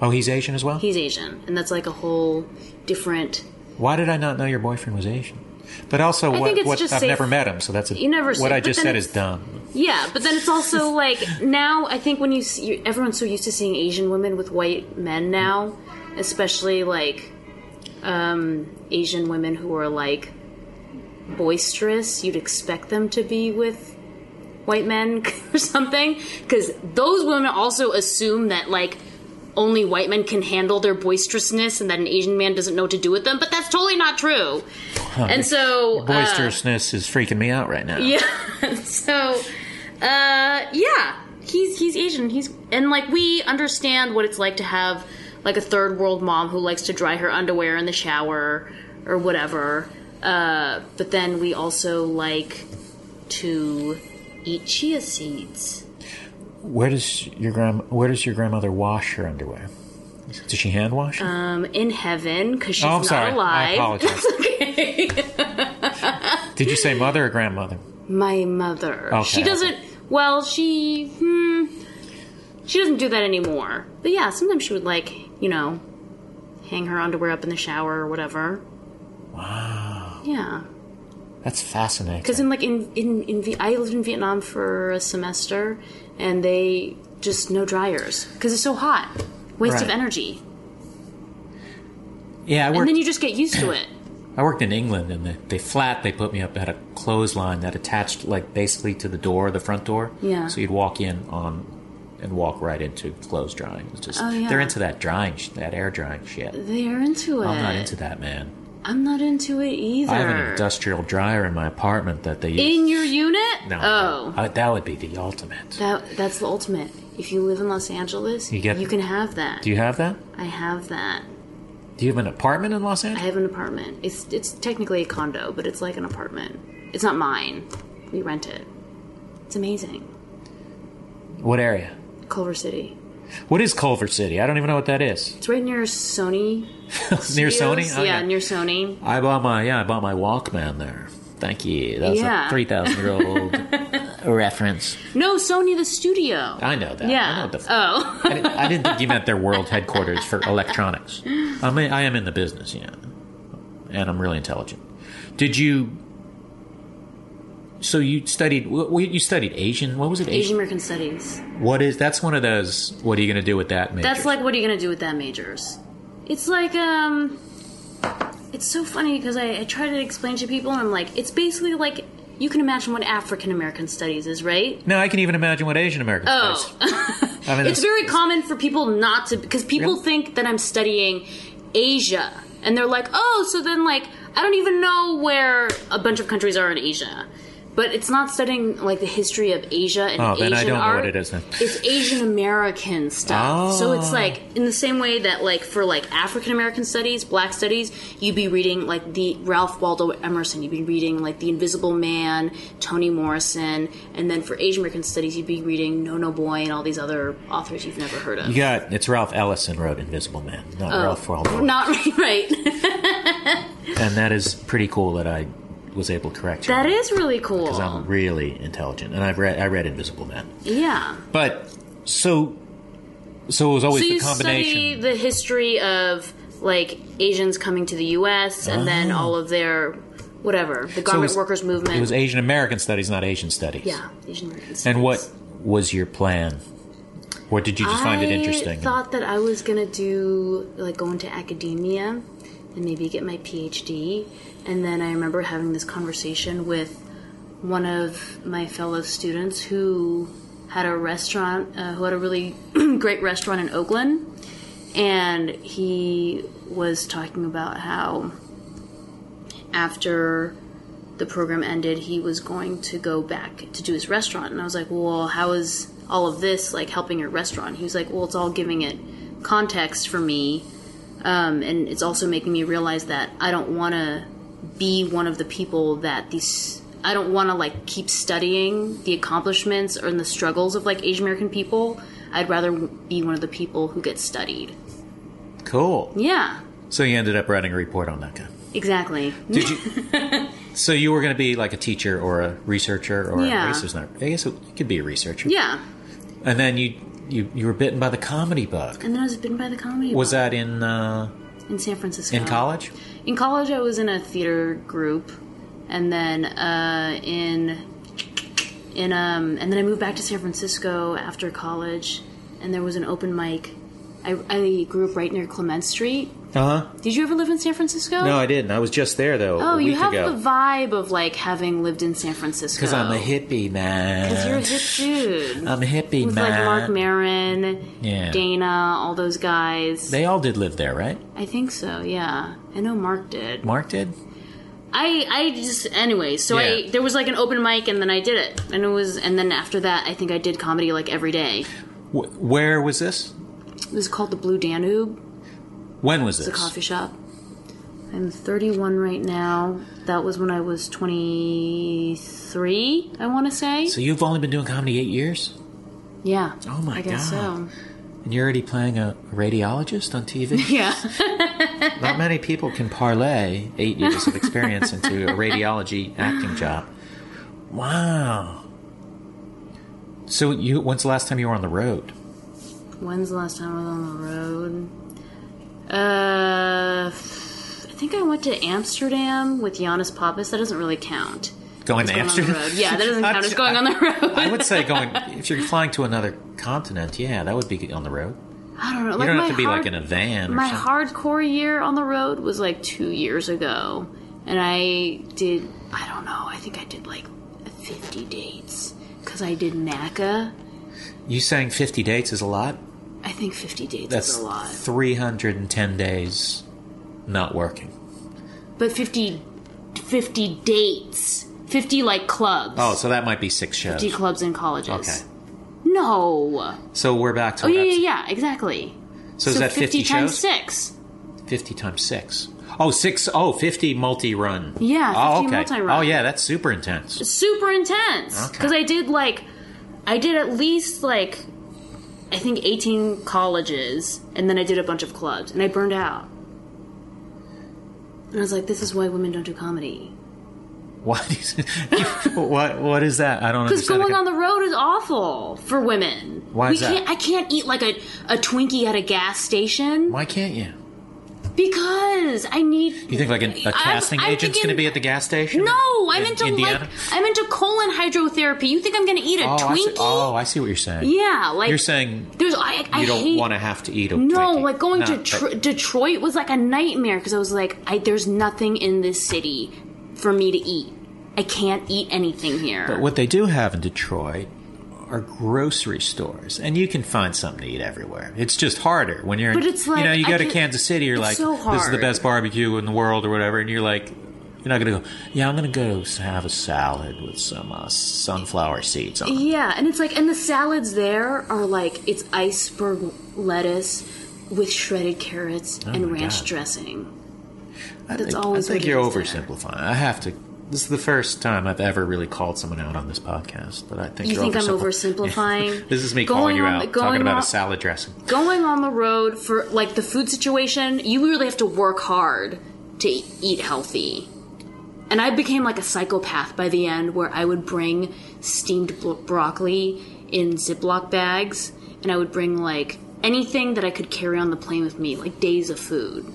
Speaker 4: Oh, he's Asian as well.
Speaker 5: He's Asian, and that's like a whole different
Speaker 4: Why did I not know your boyfriend was Asian? But also,
Speaker 5: think
Speaker 4: what,
Speaker 5: it's
Speaker 4: what I've
Speaker 5: just safe-
Speaker 4: never met him, so that's a,
Speaker 5: You never
Speaker 4: what
Speaker 5: said-
Speaker 4: I
Speaker 5: but
Speaker 4: just
Speaker 5: then
Speaker 4: said
Speaker 5: it's-
Speaker 4: is dumb.
Speaker 5: Yeah, but then it's also like now I think when you, see, you everyone's so used to seeing Asian women with white men now, especially like um, Asian women who are like boisterous. You'd expect them to be with white men <laughs> or something because those women also assume that like only white men can handle their boisterousness and that an Asian man doesn't know what to do with them, but that's totally not true. And so uh,
Speaker 4: Boisterousness is freaking me out right now.
Speaker 5: yeah. <laughs> So, uh, yeah, he's he's Asian. He's and like we understand what it's like to have like a third world mom who likes to dry her underwear in the shower or whatever. Uh, but then we also like to eat chia seeds.
Speaker 4: Where does your grand Where does your grandmother wash her underwear? Does she hand wash? it?
Speaker 5: Um, in heaven because she's
Speaker 4: oh, I'm
Speaker 5: not
Speaker 4: sorry.
Speaker 5: alive.
Speaker 4: I apologize.
Speaker 5: <laughs> okay.
Speaker 4: Did you say mother or grandmother?
Speaker 5: My mother.
Speaker 4: Okay.
Speaker 5: She doesn't. Well, she. Hmm, she doesn't do that anymore. But yeah, sometimes she would like, you know, hang her underwear up in the shower or whatever. Wow. Yeah,
Speaker 4: That's fascinating.
Speaker 5: because in like in in in v- I lived in Vietnam for a semester, and they just no dryers because it's so hot, waste of
Speaker 4: Right.
Speaker 5: energy,
Speaker 4: yeah, I
Speaker 5: and
Speaker 4: worked.
Speaker 5: then you just get used
Speaker 4: <coughs>
Speaker 5: to it.
Speaker 4: I worked in England, and the, they flat they put me up at a clothesline that attached like basically to the door, the front door.
Speaker 5: Yeah.
Speaker 4: So you'd walk in on. And walk right into clothes drying. It's just
Speaker 5: Oh, yeah.
Speaker 4: they're into that drying, sh- that air drying shit.
Speaker 5: They're into it.
Speaker 4: I'm not into that, man.
Speaker 5: I'm not into it either.
Speaker 4: I have an industrial dryer in my apartment that they use.
Speaker 5: in your unit?
Speaker 4: no,
Speaker 5: Oh.
Speaker 4: I- that would be the ultimate.
Speaker 5: That that's the ultimate. If you live in Los Angeles,
Speaker 4: You
Speaker 5: you,
Speaker 4: get-
Speaker 5: can have that.
Speaker 4: Do you have that?
Speaker 5: I have that.
Speaker 4: Do you have an apartment in Los
Speaker 5: I
Speaker 4: Angeles?
Speaker 5: have an apartment. It's it's technically a condo, but it's like an apartment. It's not mine. We rent it. It's amazing.
Speaker 4: What area?
Speaker 5: Culver City.
Speaker 4: What is Culver City? I don't even know what that is.
Speaker 5: It's right near Sony.
Speaker 4: Near
Speaker 5: Studios?
Speaker 4: Sony? Oh,
Speaker 5: yeah, near Sony.
Speaker 4: I bought my yeah, I bought my Walkman there. Thank you. That's
Speaker 5: Yeah.
Speaker 4: a three thousand year old
Speaker 5: <laughs>
Speaker 4: reference.
Speaker 5: No, Sony the studio.
Speaker 4: I know that. I know
Speaker 5: yeah.
Speaker 4: what the f-
Speaker 5: oh.
Speaker 4: I, didn't, I didn't think you meant their world headquarters for electronics. I mean, I am in the business, yeah, and I'm really intelligent. Did you? So you studied? wh- wh- You studied Asian? What was it?
Speaker 5: Asian American Studies.
Speaker 4: What is? That's one of those. What are you going to do with that? Major?
Speaker 5: That's like, what are you going to do with that majors? It's like, um, it's so funny because I, I try to explain to people, and I'm like, it's basically like you can imagine what African American Studies is, right?
Speaker 4: No, I can even imagine what Asian American.
Speaker 5: <laughs> Oh.
Speaker 4: I mean,
Speaker 5: It's
Speaker 4: that's-
Speaker 5: very common for people not to because people
Speaker 4: Really?
Speaker 5: think that I'm studying Asia, and they're like, oh, so then like I don't even know where a bunch of countries are in Asia. But it's not studying like the history of Asia and
Speaker 4: Oh,
Speaker 5: Asian
Speaker 4: then I don't know
Speaker 5: art.
Speaker 4: what it is then.
Speaker 5: It's Asian American stuff. So it's
Speaker 4: Ah.
Speaker 5: like in the same way that like for like African American studies, Black studies, you'd be reading like the Ralph Waldo Emerson. You'd be reading like The Invisible Man, Toni Morrison, and then for Asian American studies, you'd be reading No No Boy and all these other authors you've never heard of.
Speaker 4: You got it's Ralph Ellison wrote Invisible Man, not Ralph Waldo.
Speaker 5: Oh. Not <laughs> right.
Speaker 4: And that is pretty cool that I was able to correct you.
Speaker 5: that is really cool.
Speaker 4: because I'm really intelligent, and I've read I read Invisible Man.
Speaker 5: yeah.
Speaker 4: But so so it was always
Speaker 5: so
Speaker 4: the
Speaker 5: you
Speaker 4: combination.
Speaker 5: study the history of like Asians coming to the U.S. and then all of their whatever the
Speaker 4: Oh. So it
Speaker 5: garment
Speaker 4: was-
Speaker 5: workers movement.
Speaker 4: It was Asian American studies, not Asian studies.
Speaker 5: yeah, Asian American. Studies.
Speaker 4: And what was your plan? Or did you just find it
Speaker 5: I
Speaker 4: interesting?
Speaker 5: thought that I was gonna do like go into academia and maybe get my PhD. And then I remember having this conversation with one of my fellow students who had a restaurant, uh, who had a really <clears throat> great restaurant in Oakland, and he was talking about how after the program ended, he was going to go back to do his restaurant. And I was like, well, how is all of this like helping your restaurant? He was like, well, it's all giving it context for me. Um, and it's also making me realize that I don't want to be one of the people that these. I don't want to like keep studying the accomplishments or the struggles of like Asian American people. I'd rather be one of the people who gets studied.
Speaker 4: cool.
Speaker 5: Yeah,
Speaker 4: So you ended up writing a report on that guy.
Speaker 5: exactly.
Speaker 4: Did you? so you were going to be like a teacher or a researcher or
Speaker 5: Yeah.
Speaker 4: a researcher's not. I guess it could be a researcher.
Speaker 5: yeah,
Speaker 4: And then you you you were bitten by the comedy bug.
Speaker 5: and then I was bitten by the comedy.
Speaker 4: Was
Speaker 5: bug
Speaker 4: that in uh,
Speaker 5: in San Francisco
Speaker 4: in college?
Speaker 5: In college, I was in a theater group, and then uh, in in um, and then I moved back to San Francisco after college, and there was an open mic. I, I grew up right near Clement Street.
Speaker 4: Uh huh.
Speaker 5: Did you ever live in San Francisco?
Speaker 4: No, I didn't. I was just there though.
Speaker 5: Oh,
Speaker 4: a week
Speaker 5: you have
Speaker 4: ago.
Speaker 5: the vibe of like having lived in San Francisco.
Speaker 4: Because I'm a hippie man.
Speaker 5: Because you're a hip dude.
Speaker 4: I'm a hippie
Speaker 5: With
Speaker 4: man.
Speaker 5: like Mark Maron,
Speaker 4: Yeah.
Speaker 5: Dana, all those guys.
Speaker 4: They all did live there, right?
Speaker 5: I think so. Yeah, I know Mark did.
Speaker 4: Mark did.
Speaker 5: I I just anyway, so I
Speaker 4: Yeah.
Speaker 5: there was like an open mic and then I did it. And it was and then after that I think I did comedy like every day.
Speaker 4: Wh- where was this?
Speaker 5: It was called the Blue Danube.
Speaker 4: When was
Speaker 5: It's a
Speaker 4: this?
Speaker 5: coffee shop. I'm 31 right now. That was when I was 23, I want to say.
Speaker 4: So you've only been doing comedy eight years,
Speaker 5: yeah.
Speaker 4: Oh my
Speaker 5: I guess
Speaker 4: God.
Speaker 5: so.
Speaker 4: and you're already playing a radiologist on TV.
Speaker 5: <laughs> Yeah.
Speaker 4: Not many people can parlay eight years of experience into
Speaker 5: <laughs>
Speaker 4: a radiology acting job. Wow. So you, when's the last time you were on the road?
Speaker 5: When's the last time I was on the road? Uh I think I went to Amsterdam with Giannis Pappas. That doesn't really count.
Speaker 4: Going
Speaker 5: Going
Speaker 4: to
Speaker 5: on the
Speaker 4: Amsterdam?
Speaker 5: road. Yeah, that
Speaker 4: <laughs>
Speaker 5: doesn't
Speaker 4: I'm
Speaker 5: count as
Speaker 4: ju-
Speaker 5: going on the road.
Speaker 4: I would say going if you're flying to another continent. Yeah, that would be on the road.
Speaker 5: I don't know.
Speaker 4: You
Speaker 5: Like
Speaker 4: don't
Speaker 5: my
Speaker 4: have to be
Speaker 5: hard,
Speaker 4: like in a van. Or
Speaker 5: my
Speaker 4: something.
Speaker 5: hardcore year on the road was like two years ago, and I did. I don't know. I think I did like fifty dates because I did NACA.
Speaker 4: You saying 50 dates is a lot?
Speaker 5: I think fifty dates
Speaker 4: That's
Speaker 5: is a lot,
Speaker 4: 310 days not working.
Speaker 5: but 50, 50 dates, fifty like clubs,
Speaker 4: Oh, so that might be six shows.
Speaker 5: fifty clubs in colleges.
Speaker 4: Okay.
Speaker 5: No.
Speaker 4: So we're back to
Speaker 5: Oh yeah,
Speaker 4: that's-
Speaker 5: yeah, yeah. Exactly.
Speaker 4: So is that 50,
Speaker 5: times
Speaker 4: shows?
Speaker 5: six?
Speaker 4: 50 times six. Oh, six. Oh, 50 multi run.
Speaker 5: Yeah,
Speaker 4: Oh,
Speaker 5: 50
Speaker 4: okay.
Speaker 5: multi-run.
Speaker 4: Oh, yeah, that's super intense.
Speaker 5: super intense
Speaker 4: Okay.
Speaker 5: because I did like I did at least like I think 18 colleges, and then I did a bunch of clubs, and I burned out. And I was like, this is why women don't do comedy.
Speaker 4: Why? do you- <laughs> what? What is that? I don't
Speaker 5: Because
Speaker 4: understand.
Speaker 5: going on the road is awful for women.
Speaker 4: Why
Speaker 5: we
Speaker 4: is that?
Speaker 5: Can't, I can't eat like a, a Twinkie at a gas station
Speaker 4: Why can't you?
Speaker 5: because I need.
Speaker 4: You think like an, a
Speaker 5: I'm-
Speaker 4: casting
Speaker 5: I'm
Speaker 4: agent's
Speaker 5: thinking-
Speaker 4: going to be at the gas station?
Speaker 5: No, I'm
Speaker 4: in
Speaker 5: into
Speaker 4: Indiana?
Speaker 5: like I'm into colon hydrotherapy. You think I'm going to eat a
Speaker 4: oh, I see,
Speaker 5: Twinkie?
Speaker 4: oh, I see what you're saying.
Speaker 5: Yeah, like
Speaker 4: You're saying
Speaker 5: there's I, I
Speaker 4: you don't
Speaker 5: hate-
Speaker 4: want to have to eat a
Speaker 5: No,
Speaker 4: Twinkie.
Speaker 5: like going
Speaker 4: No,
Speaker 5: to
Speaker 4: but-
Speaker 5: tr- Detroit was like a nightmare because I was like, I, there's nothing in this city for me to eat. I can't eat anything here.
Speaker 4: But what they do have in Detroit are grocery stores, and you can find something to eat everywhere. It's just harder when you're. in-
Speaker 5: But it's
Speaker 4: you know,
Speaker 5: like,
Speaker 4: you
Speaker 5: I
Speaker 4: go to
Speaker 5: can-
Speaker 4: Kansas City, you're
Speaker 5: it's
Speaker 4: like,
Speaker 5: so
Speaker 4: this is the
Speaker 5: hard."
Speaker 4: best barbecue in the world, or whatever, and you're like, you're not gonna go. Yeah, I'm gonna go s- have a salad with some uh, sunflower seeds on. it."
Speaker 5: yeah, and it's like, and the salads there are like it's iceberg lettuce with shredded carrots and
Speaker 4: Oh my
Speaker 5: ranch
Speaker 4: God.
Speaker 5: dressing.
Speaker 4: I
Speaker 5: That's
Speaker 4: think,
Speaker 5: always
Speaker 4: I think
Speaker 5: what
Speaker 4: you're
Speaker 5: it is there.
Speaker 4: oversimplifying. I have to. This is the first time I've ever really called someone out on this podcast, but I think
Speaker 5: You
Speaker 4: you're
Speaker 5: think I'm
Speaker 4: oversimplif-
Speaker 5: oversimplifying?
Speaker 4: <laughs> this is me
Speaker 5: Going
Speaker 4: calling you
Speaker 5: on-
Speaker 4: out,
Speaker 5: going
Speaker 4: talking about
Speaker 5: on-
Speaker 4: a salad dressing.
Speaker 5: Going on the road for like the food situation, you really have to work hard to e- eat healthy. And I became like a psychopath by the end where I would bring steamed bro- broccoli in Ziploc bags and I would bring like anything that I could carry on the plane with me, like days of food.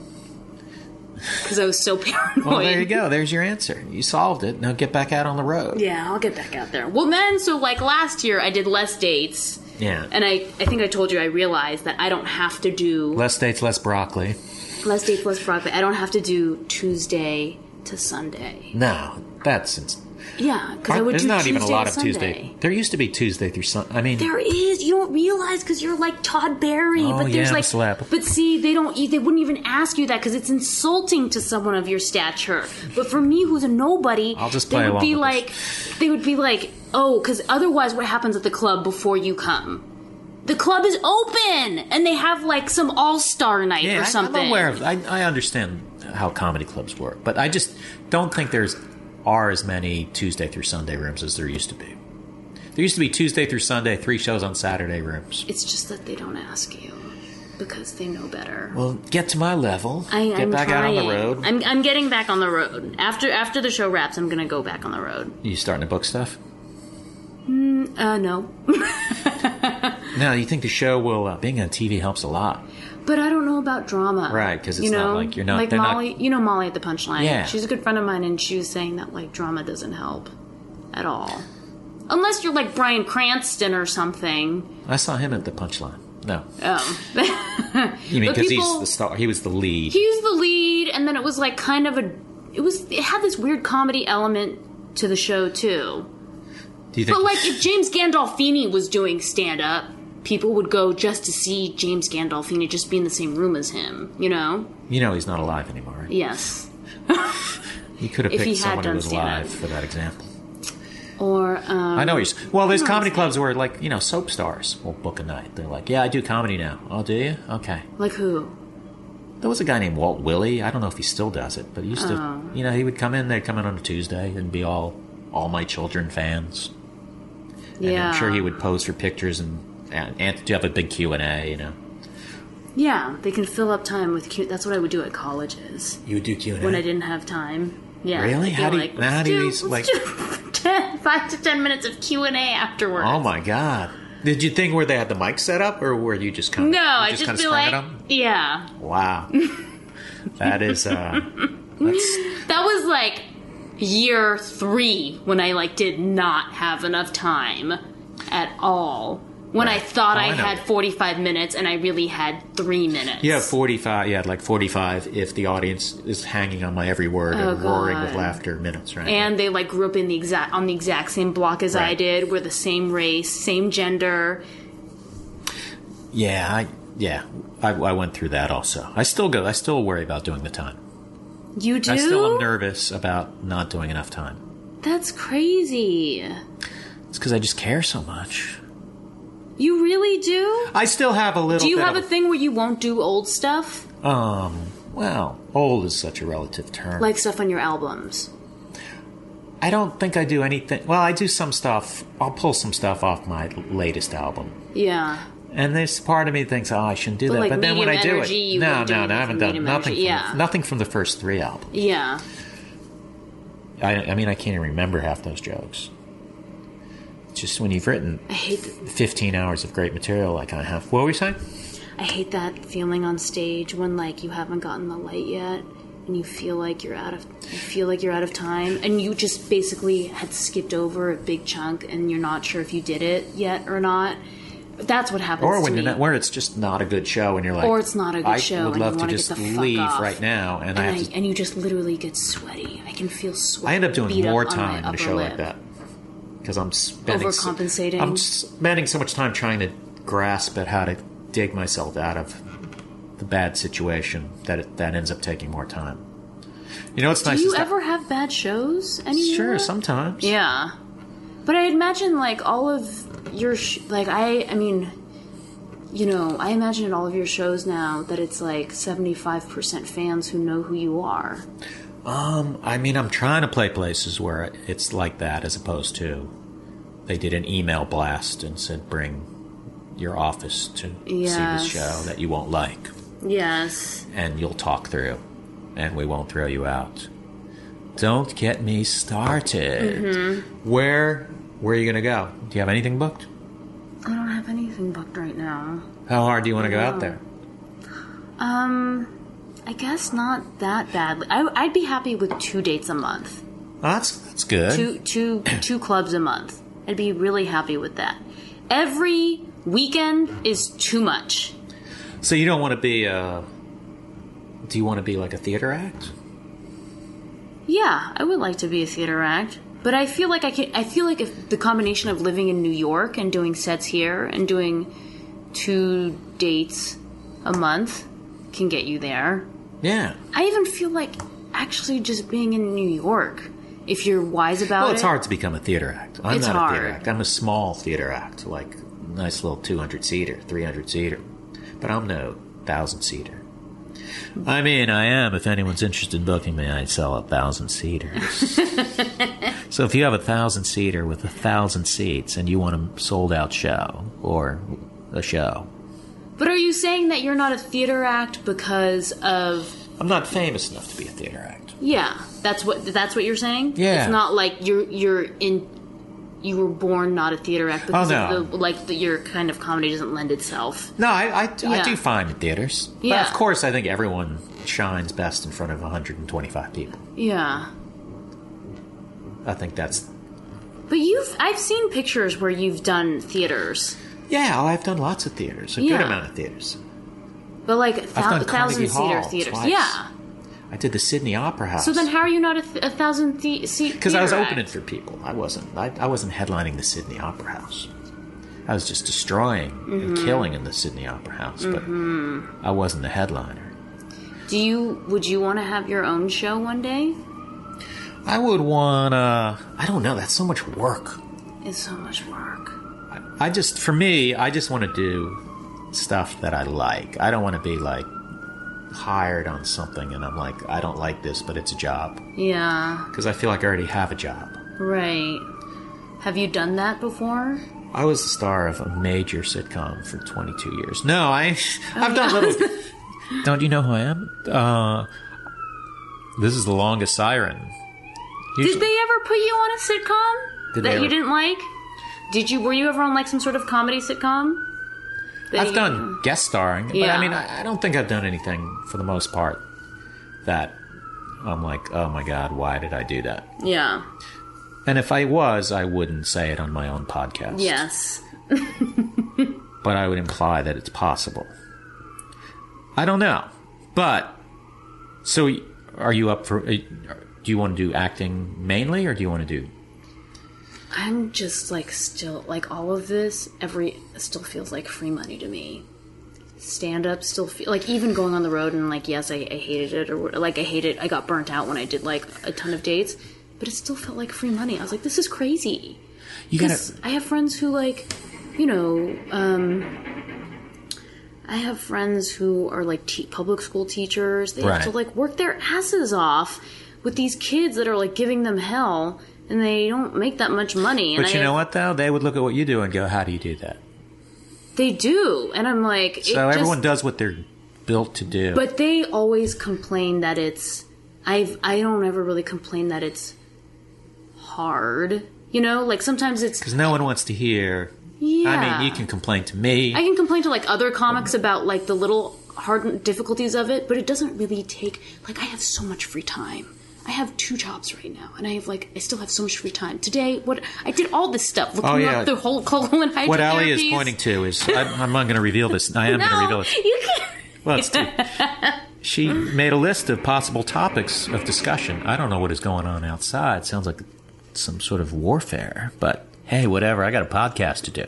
Speaker 5: Because I was so <laughs> paranoid.
Speaker 4: Well, there you go. There's your answer. You solved it. Now get back out on the road.
Speaker 5: Yeah, I'll get back out there. Well, then, so like last year, I did less dates.
Speaker 4: Yeah.
Speaker 5: And I, I think I told you I realized that I don't have to do
Speaker 4: Less dates, less broccoli.
Speaker 5: less dates, less broccoli. I don't have to do Tuesday to Sunday.
Speaker 4: No, that's ins-
Speaker 5: Yeah, because I would
Speaker 4: there's
Speaker 5: do
Speaker 4: not
Speaker 5: Tuesday
Speaker 4: even a lot
Speaker 5: to
Speaker 4: of
Speaker 5: Sunday.
Speaker 4: Tuesday. There used to be Tuesday through Sunday. I mean,
Speaker 5: There is. You don't realize because you're like Todd Berry,
Speaker 4: Oh,
Speaker 5: but there's
Speaker 4: yeah, I'm a
Speaker 5: like,
Speaker 4: celeb.
Speaker 5: but see, they don't. e, They wouldn't even ask you that because it's insulting to someone of your stature. But for me, who's a nobody,
Speaker 4: I'll just
Speaker 5: they
Speaker 4: play
Speaker 5: would be
Speaker 4: along
Speaker 5: like,
Speaker 4: with
Speaker 5: they would be like, oh, because otherwise, what happens at the club before you come? The club is open, and they have like some all star night
Speaker 4: yeah,
Speaker 5: or
Speaker 4: I-
Speaker 5: something.
Speaker 4: I'm aware of. I, I understand how comedy clubs work, but I just don't think there's are as many Tuesday through Sunday rooms as there used to be. There used to be Tuesday through Sunday, three shows on Saturday rooms.
Speaker 5: It's just that they don't ask you because they know better.
Speaker 4: Well, get to my level.
Speaker 5: I,
Speaker 4: get
Speaker 5: I'm
Speaker 4: back out on the
Speaker 5: trying.
Speaker 4: road.
Speaker 5: I'm, I'm getting back on the road. After after the show wraps, I'm gonna go back on the road.
Speaker 4: you starting to book stuff?
Speaker 5: Uh, no.
Speaker 4: No, you think the show will uh, being on TV helps a lot?
Speaker 5: But I don't know about drama.
Speaker 4: Right, 'cause it's
Speaker 5: You
Speaker 4: not
Speaker 5: know?
Speaker 4: like you're not-
Speaker 5: Like
Speaker 4: they're not-
Speaker 5: Molly, you know Molly at the Punchline.
Speaker 4: Yeah.
Speaker 5: She's a good friend of mine, and she was saying that, like, drama doesn't help at all. Unless you're like Brian Cranston or something.
Speaker 4: I saw him at the punchline. No,
Speaker 5: Oh. <laughs>
Speaker 4: you mean
Speaker 5: But people-
Speaker 4: because he's the star? He was the lead.
Speaker 5: he was the lead, and then it was like kind of a. It was. It had this weird comedy element to the show, too.
Speaker 4: Do you think?
Speaker 5: But like, if James Gandolfini was doing stand up, people would go just to see James Gandolfini, just be in the same room as him. You know?
Speaker 4: you know he's not alive anymore.
Speaker 5: Yes.
Speaker 4: He could have
Speaker 5: If he
Speaker 4: picked
Speaker 5: had
Speaker 4: someone who
Speaker 5: done
Speaker 4: was
Speaker 5: stand-up.
Speaker 4: alive for that example.
Speaker 5: Or um,
Speaker 4: I know what you're. Well, there's comedy clubs where, like, you know, soap stars will book a night. They're like, "Yeah, I do comedy now." Oh, do you? Okay.
Speaker 5: like who?
Speaker 4: There was a guy named Walt Willie. I don't know if he still does it, but he used
Speaker 5: Oh.
Speaker 4: to. You know, he would come in. They'd come in on a Tuesday and be all, all my children fans. And
Speaker 5: Yeah.
Speaker 4: I'm sure he would pose for pictures and and, and do have a big Q and A. You know,
Speaker 5: Yeah, they can fill up time with cute. That's what I would do at colleges
Speaker 4: you would do Q and
Speaker 5: when I didn't have time. Yeah.
Speaker 4: Really?
Speaker 5: I'd be
Speaker 4: How do you-
Speaker 5: like,
Speaker 4: now how
Speaker 5: "Let's
Speaker 4: do you s-
Speaker 5: let's do <laughs> 10 five to ten minutes of Q and A afterwards.
Speaker 4: Oh my God! Did you think where they had the mic set up, or were you just kind of
Speaker 5: No,
Speaker 4: you
Speaker 5: I
Speaker 4: kinda
Speaker 5: just be
Speaker 4: sprung
Speaker 5: like,
Speaker 4: at 'em?
Speaker 5: yeah,
Speaker 4: wow, that is
Speaker 5: <laughs>
Speaker 4: uh,
Speaker 5: that was like year three when I like did not have enough time at all. When I
Speaker 4: Right.
Speaker 5: thought
Speaker 4: Oh,
Speaker 5: I,
Speaker 4: I know.
Speaker 5: had forty five minutes and I really had three minutes.
Speaker 4: Yeah, forty-five. Yeah, like forty-five. If the audience is hanging on my every word and
Speaker 5: Oh,
Speaker 4: roaring
Speaker 5: God.
Speaker 4: with laughter, minutes, right?
Speaker 5: and they like grew up in the exact on the exact same block as I
Speaker 4: Right.
Speaker 5: did. We're the same race, same gender.
Speaker 4: yeah, I, yeah, I, I went through that also. I still go. I still worry about doing the time.
Speaker 5: You do?
Speaker 4: I still am nervous about not doing enough time.
Speaker 5: That's crazy.
Speaker 4: It's because I just care so much.
Speaker 5: You really do?
Speaker 4: I still have a little.
Speaker 5: Do you
Speaker 4: bit
Speaker 5: have a
Speaker 4: of,
Speaker 5: thing where you won't do old stuff,
Speaker 4: um? Well, old is such a relative term.
Speaker 5: like stuff on your albums?
Speaker 4: I don't think I do anything. Well, I do some stuff. I'll pull some stuff off my latest album.
Speaker 5: Yeah.
Speaker 4: And there's part of me that thinks, oh, I shouldn't do
Speaker 5: But,
Speaker 4: that.
Speaker 5: like,
Speaker 4: but then when I
Speaker 5: medium
Speaker 4: do
Speaker 5: energy,
Speaker 4: it,
Speaker 5: you
Speaker 4: no,
Speaker 5: wouldn't do
Speaker 4: no, no, I
Speaker 5: anything
Speaker 4: haven't
Speaker 5: from
Speaker 4: done
Speaker 5: medium
Speaker 4: nothing.
Speaker 5: energy, yeah.
Speaker 4: From, nothing from the first three albums.
Speaker 5: Yeah.
Speaker 4: I, I mean, I can't even remember half those jokes. Just when you've written
Speaker 5: I hate th-
Speaker 4: 15 hours of great material, like I have. What were you saying?
Speaker 5: I hate that feeling on stage when like you haven't gotten the light yet and you feel like you're out of you feel like you're out of time and you just basically had skipped over a big chunk and you're not sure if you did it yet or not. That's what happens
Speaker 4: Or
Speaker 5: to
Speaker 4: when
Speaker 5: me.
Speaker 4: you're not, where it's just not a good show, and you're like,
Speaker 5: Or it's not a good
Speaker 4: I
Speaker 5: show
Speaker 4: would
Speaker 5: and
Speaker 4: love
Speaker 5: you
Speaker 4: to
Speaker 5: wanna
Speaker 4: just
Speaker 5: get the fuck
Speaker 4: leave
Speaker 5: off.
Speaker 4: right now, and, I
Speaker 5: and,
Speaker 4: have
Speaker 5: I,
Speaker 4: to.
Speaker 5: and you just literally get sweaty. I can feel sweat.
Speaker 4: I end up doing
Speaker 5: beat
Speaker 4: more
Speaker 5: up on my
Speaker 4: time in a
Speaker 5: upper
Speaker 4: show like
Speaker 5: lip.
Speaker 4: that because I'm spending s-
Speaker 5: Overcompensating.
Speaker 4: I'm spending so much time trying to grasp at how to dig myself out of the bad situation that it, that ends up taking more time. You know, it's nice.
Speaker 5: Do you
Speaker 4: is that-
Speaker 5: ever have bad shows anymore?
Speaker 4: Sure, sometimes.
Speaker 5: Yeah, but I imagine like all of your sh- like I I mean, you know, I imagine at all of your shows now that it's like seventy five percent fans who know who you are.
Speaker 4: Um, I mean, I'm trying to play places where it's like that, as opposed to they did an email blast and said, "Bring your office to see
Speaker 5: Yes.
Speaker 4: this show that you won't like,
Speaker 5: Yes.
Speaker 4: and you'll talk through, and we won't throw you out." Don't get me started. Where Where are you gonna go? Do you have anything booked?
Speaker 5: I don't have anything booked right now.
Speaker 4: How hard do you want to go out there?
Speaker 5: Um, I guess not that badly. I, I'd be happy with two dates a month.
Speaker 4: Oh, that's that's good.
Speaker 5: two two two clubs a month. I'd be really happy with that. Every weekend is too much.
Speaker 4: So you don't want to be. Uh, do you want to be like a theater act?
Speaker 5: Yeah, I would like to be a theater act, but I feel like I can. I feel like if the combination of living in New York and doing sets here and doing two dates a month can get you there.
Speaker 4: Yeah.
Speaker 5: I even feel like actually just being in New York, if you're wise about
Speaker 4: Well, it's
Speaker 5: it.
Speaker 4: hard to become a theater act. I'm
Speaker 5: It's
Speaker 4: not a theater
Speaker 5: hard.
Speaker 4: act. I'm a small theater act, like nice little 200 seater, 300 seater. But I'm no 1,000 seater. I mean, I am. If anyone's interested in booking me, I sell a
Speaker 5: <laughs>
Speaker 4: 1,000 seaters. so if you have a 1,000 seater with a 1,000 seats and you want a sold out show or a show,
Speaker 5: But are you saying that you're not a theater act because of
Speaker 4: I'm not famous enough to be a theater act.
Speaker 5: Yeah, that's what that's what you're saying.
Speaker 4: Yeah.
Speaker 5: it's not like you're you're in you were born not a theater act because
Speaker 4: Oh, no.
Speaker 5: of the, like the, your kind of comedy doesn't lend itself.
Speaker 4: No, I, I, I
Speaker 5: Yeah.
Speaker 4: do fine in theaters.
Speaker 5: Yeah.
Speaker 4: But of course, I think everyone shines best in front of 125 people.
Speaker 5: Yeah,
Speaker 4: I think that's
Speaker 5: but you've I've seen pictures where you've done theaters,
Speaker 4: yeah. oh, I've done lots of theaters, a
Speaker 5: Yeah.
Speaker 4: good amount of theaters.
Speaker 5: but like a
Speaker 4: done
Speaker 5: thou-
Speaker 4: Carnegie
Speaker 5: thousand seater
Speaker 4: Hall
Speaker 5: theaters.
Speaker 4: twice.
Speaker 5: Yeah.
Speaker 4: I did the Sydney Opera House.
Speaker 5: So then, how are you not a, th- a thousand the- seat?
Speaker 4: because I was
Speaker 5: theater
Speaker 4: opening
Speaker 5: act?
Speaker 4: for people, I wasn't. I, I wasn't headlining the Sydney Opera House. I was just destroying and
Speaker 5: Mm-hmm.
Speaker 4: killing in the Sydney Opera House, but I wasn't the headliner.
Speaker 5: Do you? Would you want to have your own show one day?
Speaker 4: I would wanna. I don't know. That's so much work.
Speaker 5: It's so much work.
Speaker 4: I just, for me, I just want to do stuff that I like. I don't want to be like hired on something and I'm like, I don't like this, but it's a job
Speaker 5: Yeah.
Speaker 4: because I feel like I already have a job.
Speaker 5: Right. Have you done that before?
Speaker 4: I was the star of a major sitcom for 22 years. No, I, I've done
Speaker 5: <laughs>
Speaker 4: little. Don't you know who I am? Uh, this is the longest siren.
Speaker 5: Did they ever put you on a sitcom
Speaker 4: Did they
Speaker 5: that
Speaker 4: ever-
Speaker 5: you didn't like? Did you? Were you ever on like some sort of comedy sitcom? That
Speaker 4: I've
Speaker 5: you-
Speaker 4: done guest starring, but
Speaker 5: Yeah.
Speaker 4: I mean, I, I don't think I've done anything for the most part that I'm like, oh my god, why did I do that?
Speaker 5: Yeah.
Speaker 4: And if I was, I wouldn't say it on my own podcast.
Speaker 5: Yes.
Speaker 4: But I would imply that it's possible. I don't know. But so y- are you up for uh, do you want to do acting mainly or do you want to do
Speaker 5: I'm just like still like all of this. Every still feels like free money to me. Stand up still feel like even going on the road and like yes, I, I hated it or what- like I hated. I got burnt out when I did like a ton of dates, but it still felt like free money. I was like, this is crazy.
Speaker 4: You
Speaker 5: Because I have friends who like, you know, um, I have friends who are like te- public school teachers. They have to
Speaker 4: Right.
Speaker 5: like work their asses off with these kids that are like giving them hell, and they don't make that much money. And
Speaker 4: But you
Speaker 5: I-
Speaker 4: know what, though? They would look at what you do and go, how do you do that?
Speaker 5: They do, and I'm like, it
Speaker 4: So everyone
Speaker 5: just-
Speaker 4: does what they're built to do.
Speaker 5: But they always complain that it's. I've I don't ever really complain that it's hard. You know, like sometimes it's.
Speaker 4: Because no one wants to hear.
Speaker 5: Yeah.
Speaker 4: I mean, you can complain to me.
Speaker 5: I can complain to like other comics about like the little hard difficulties of it, but it doesn't really take like I have so much free time. I have two jobs right now, and I have like I still have so much free time. Today, what I did all this stuff looking
Speaker 4: Oh, yeah.
Speaker 5: up the whole <laughs> colon hydrotherapies.
Speaker 4: what Ali is pointing to is I'm, I'm not going to reveal this. I am going to reveal
Speaker 5: No,
Speaker 4: it.
Speaker 5: you can't.
Speaker 4: Well, it's too, she made a list of possible topics of discussion. I don't know what is going on outside. Sounds like some sort of warfare, but hey, whatever. I got a podcast to do.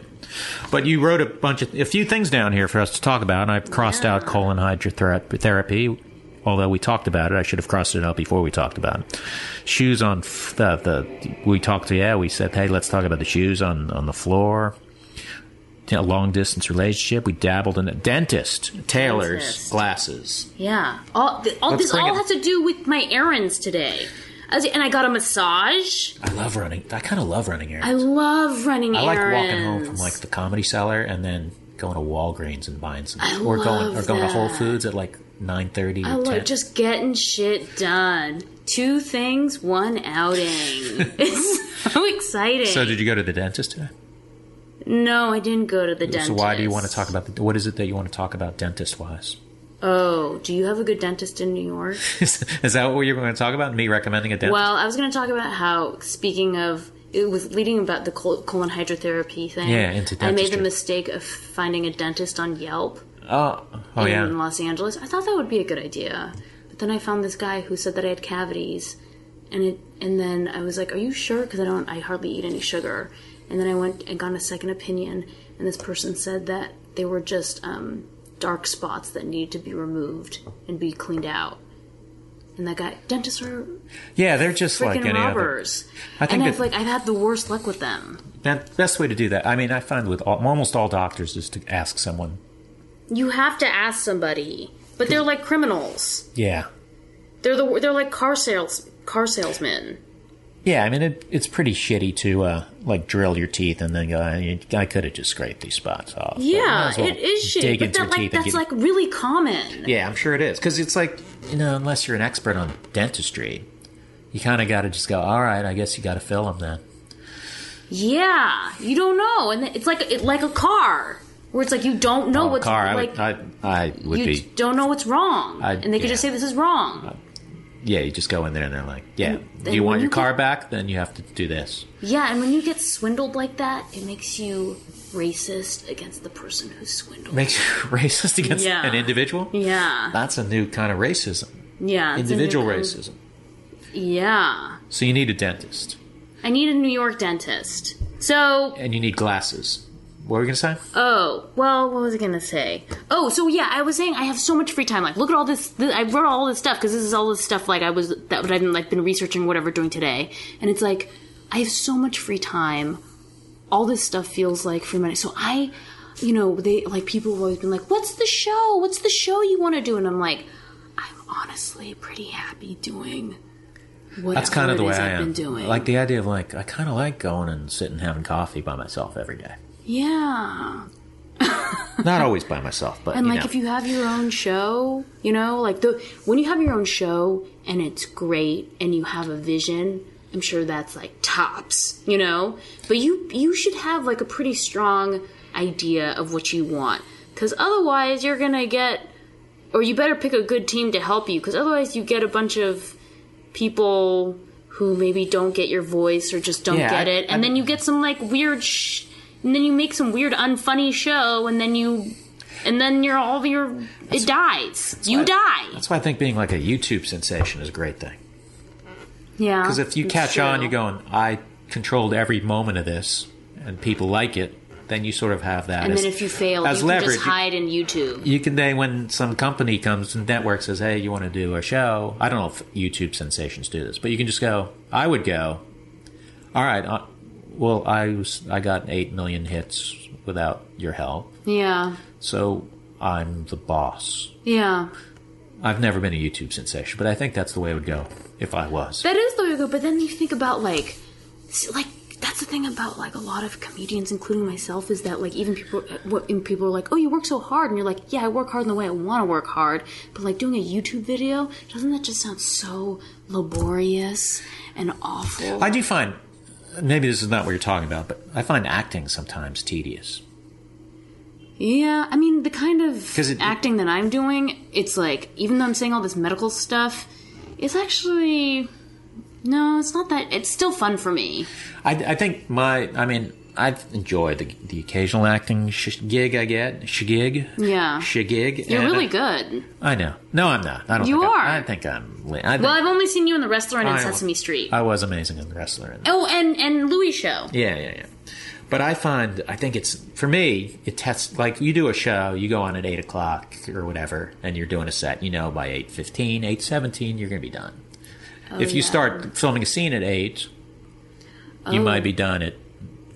Speaker 4: But you wrote a bunch of a few things down here for us to talk about, and I've crossed out colon hydrotherapy. Although we talked about it, I should have crossed it out before we talked about it. Shoes on f- the the we talked. Yeah, we said, hey, let's talk about the shoes on on the floor. You know, long distance relationship. We dabbled in it. Dentist, tailors,
Speaker 5: Dentist.
Speaker 4: glasses.
Speaker 5: Yeah. All, th- all
Speaker 4: Let's
Speaker 5: this
Speaker 4: bring
Speaker 5: all
Speaker 4: it-
Speaker 5: has to do with my errands today. As, and I got a massage.
Speaker 4: I love running. I kind of love running errands.
Speaker 5: I love running
Speaker 4: I like
Speaker 5: errands.
Speaker 4: walking home from like the comedy cellar and then going to Walgreens and buying some,
Speaker 5: I
Speaker 4: or going or
Speaker 5: love
Speaker 4: going to Whole
Speaker 5: that.
Speaker 4: Foods at like nine thirty.
Speaker 5: I love just getting shit done. Two things, one
Speaker 4: <laughs>
Speaker 5: outing. it's so exciting.
Speaker 4: So, did you go to the dentist today?
Speaker 5: No, I didn't go to the dentist.
Speaker 4: So, why do you want to talk about the, what is it that you want to talk about dentist wise?
Speaker 5: Oh, do you have a good dentist in New York?
Speaker 4: <laughs> is that what you're going to talk about? Me recommending a dentist?
Speaker 5: well, I was going to talk about how speaking of it was leading about the col- colon hydrotherapy thing.
Speaker 4: Yeah, into
Speaker 5: I made the
Speaker 4: dentistry.
Speaker 5: mistake of finding a dentist on Yelp.
Speaker 4: oh, oh
Speaker 5: in
Speaker 4: yeah.
Speaker 5: Los Angeles. I thought that would be a good idea, but then I found this guy who said that I had cavities, and it and then I was like, "Are you sure?" Because I don't, I hardly eat any sugar. And then I went and got a second opinion, and this person said that they were just um, dark spots that needed to be removed and be cleaned out. And that guy, dentists are
Speaker 4: yeah, they're just
Speaker 5: freaking
Speaker 4: like any other.
Speaker 5: robbers.
Speaker 4: I think
Speaker 5: and I've
Speaker 4: that-
Speaker 5: like I've had the worst luck with them.
Speaker 4: That best way to do that. I mean, I find with all, almost all doctors is to ask someone.
Speaker 5: You have to ask somebody, but they're like criminals.
Speaker 4: Yeah,
Speaker 5: They're the they're like car sales car salesmen.
Speaker 4: Yeah, I mean it, it's pretty shitty to uh, like drill your teeth and then go. I, I could have just scraped these spots off. but might
Speaker 5: Yeah,
Speaker 4: as well
Speaker 5: it is shitty,
Speaker 4: dig
Speaker 5: but
Speaker 4: into
Speaker 5: that
Speaker 4: your
Speaker 5: like
Speaker 4: teeth and
Speaker 5: that's
Speaker 4: get-
Speaker 5: like really common.
Speaker 4: yeah, I'm sure it is because it's like you know unless you're an expert on dentistry, you kind of got to just go. All right, I guess you got to fill them then.
Speaker 5: Yeah, you don't know, and it's like it, like a car where it's like you don't know
Speaker 4: Oh,
Speaker 5: what's
Speaker 4: car, I
Speaker 5: like
Speaker 4: would, I, I would
Speaker 5: you
Speaker 4: be.
Speaker 5: don't know what's wrong,
Speaker 4: I'd-
Speaker 5: and they could just
Speaker 4: yeah.
Speaker 5: say this is wrong.
Speaker 4: Yeah, you just go in there and they're like, yeah, do
Speaker 5: then
Speaker 4: you
Speaker 5: when
Speaker 4: want your
Speaker 5: you
Speaker 4: car
Speaker 5: get-
Speaker 4: back? Then you have to do this.
Speaker 5: yeah, and when you get swindled like that, it makes you racist against the person who swindled.
Speaker 4: Makes <laughs> you racist against
Speaker 5: Yeah.
Speaker 4: an individual.
Speaker 5: Yeah,
Speaker 4: That's a new kind of racism.
Speaker 5: yeah, it's a new
Speaker 4: Individual
Speaker 5: kind-
Speaker 4: racism.
Speaker 5: Yeah,
Speaker 4: So you need a dentist
Speaker 5: I need a New York dentist. So
Speaker 4: and you need glasses. What were we gonna say?
Speaker 5: Oh, well, what was I gonna say? Oh, so yeah, I was saying I have so much free time. Like, look at all this. Th- I wrote all this stuff because this is all this stuff like I was that I've been like been researching whatever doing today, and it's like I have so much free time. All this stuff feels like free money. So I, you know, they like people have always been like, "What's the show? What's the show you want to do?" And I'm like, I'm honestly pretty happy doing. Whatever
Speaker 4: That's kind of the
Speaker 5: it
Speaker 4: way
Speaker 5: is
Speaker 4: I
Speaker 5: I've
Speaker 4: am.
Speaker 5: been doing.
Speaker 4: Like the idea of like I kind of like going and sitting and having coffee by myself
Speaker 5: <laughs>
Speaker 4: every day.
Speaker 5: yeah.
Speaker 4: Not always by myself, but
Speaker 5: And
Speaker 4: you
Speaker 5: like
Speaker 4: know.
Speaker 5: if you have your own show, you know, like the when you have your own show and it's great and you have a vision, I'm sure that's like tops, you know? But you you should have like a pretty strong idea of what you want cuz otherwise you're going to get or you better pick a good team to help you cuz otherwise you get a bunch of people who maybe don't get your voice or just don't
Speaker 4: Yeah,
Speaker 5: get
Speaker 4: I-
Speaker 5: it and
Speaker 4: I-
Speaker 5: then you get some like weird sh- and then you make some weird unfunny show and then you and then your all of your it dies. You die.
Speaker 4: That's why I think being like a YouTube sensation is a great thing.
Speaker 5: Yeah.
Speaker 4: Because if you
Speaker 5: it's
Speaker 4: catch on,
Speaker 5: true.
Speaker 4: you're going, I controlled every moment of this, and people like it. Then you sort of have that.
Speaker 5: And
Speaker 4: as,
Speaker 5: then if you fail,
Speaker 4: as
Speaker 5: you can
Speaker 4: leverage,
Speaker 5: just hide in YouTube.
Speaker 4: You, you can then when some company comes and network says, "Hey, you want to do a show?" I don't know if YouTube sensations do this, but you can just go. I would go. All right. Uh, well, I was, I got eight million hits without your help,
Speaker 5: Yeah.
Speaker 4: so I'm the boss.
Speaker 5: Yeah.
Speaker 4: I've never been a YouTube sensation, but I think that's the way it would go if I was.
Speaker 5: That is the way to go. But then you think about like See, like that's the thing about like a lot of comedians, including myself, is that like even people, uh, what and people are like, oh, you work so hard, and you're like, yeah, I work hard in the way I want to work hard, but like doing a YouTube video, doesn't that just sound so laborious and awful?
Speaker 4: I do find maybe this is not what you're talking about, but I find acting sometimes tedious.
Speaker 5: Yeah, I mean the kind of
Speaker 4: 'Cause it-
Speaker 5: acting that I'm doing, it's like even though I'm saying all this medical stuff, it's actually no, it's not that. It's still fun for me.
Speaker 4: I, I think my I mean I've enjoyed the, the occasional acting sh- gig I get shigig
Speaker 5: Yeah.
Speaker 4: shigig.
Speaker 5: You're
Speaker 4: and
Speaker 5: really
Speaker 4: I,
Speaker 5: good.
Speaker 4: I know. No, I'm not. I don't.
Speaker 5: You
Speaker 4: think
Speaker 5: are.
Speaker 4: I, I think I'm. li- I think
Speaker 5: Well, I've only seen you in The Wrestler and in
Speaker 4: I-
Speaker 5: Sesame Street.
Speaker 4: I was amazing in the wrestler. And,
Speaker 5: oh, and and Louis Show.
Speaker 4: Yeah, yeah, yeah. But I find I think it's for me it tests like you do a show you go on at eight o'clock or whatever and you're doing a set you know by 8.15, 8.17 you're gonna be done. if
Speaker 5: Oh,
Speaker 4: you
Speaker 5: yeah.
Speaker 4: start filming a scene at eight, you
Speaker 5: Oh.
Speaker 4: might be done at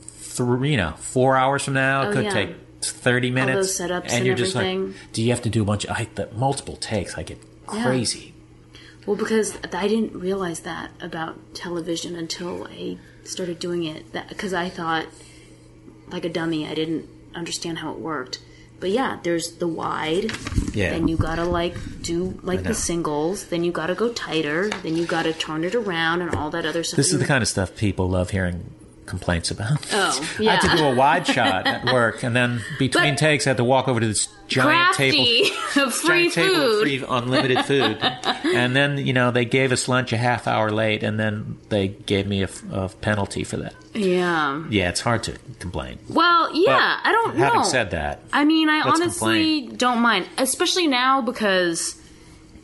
Speaker 4: three, you know four hours from now. It
Speaker 5: Oh,
Speaker 4: could
Speaker 5: yeah.
Speaker 4: take thirty minutes.
Speaker 5: those setups and everything.
Speaker 4: like, do you have to do a bunch? Of, I the multiple takes. I get
Speaker 5: Yeah.
Speaker 4: crazy.
Speaker 5: Well, because I didn't realize that about television until I started doing it. That because I thought like a dummy, I didn't understand how it worked. But yeah, there's the wide.
Speaker 4: Yeah.
Speaker 5: Then you gotta like do like
Speaker 4: know.
Speaker 5: the singles. Then you gotta go tighter. Then you gotta turn it around and all that other stuff.
Speaker 4: This is the kind of stuff people love hearing complaints about. <laughs>
Speaker 5: Oh,
Speaker 4: I had to
Speaker 5: yeah.
Speaker 4: do a wide
Speaker 5: <laughs>
Speaker 4: shot at work, and then between
Speaker 5: But-
Speaker 4: takes, I had to walk over to this giant
Speaker 5: crafty
Speaker 4: table,
Speaker 5: of <laughs> free
Speaker 4: giant table of
Speaker 5: food.
Speaker 4: free
Speaker 5: <laughs>
Speaker 4: unlimited food. and then you know they gave us lunch a half hour late, and then they gave me a, f- a penalty for that.
Speaker 5: Yeah.
Speaker 4: Yeah, it's hard to complain.
Speaker 5: Well, yeah. I don't know.
Speaker 4: Having said that,
Speaker 5: I mean, I
Speaker 4: Let's
Speaker 5: honestly
Speaker 4: complain.
Speaker 5: don't mind, especially now because,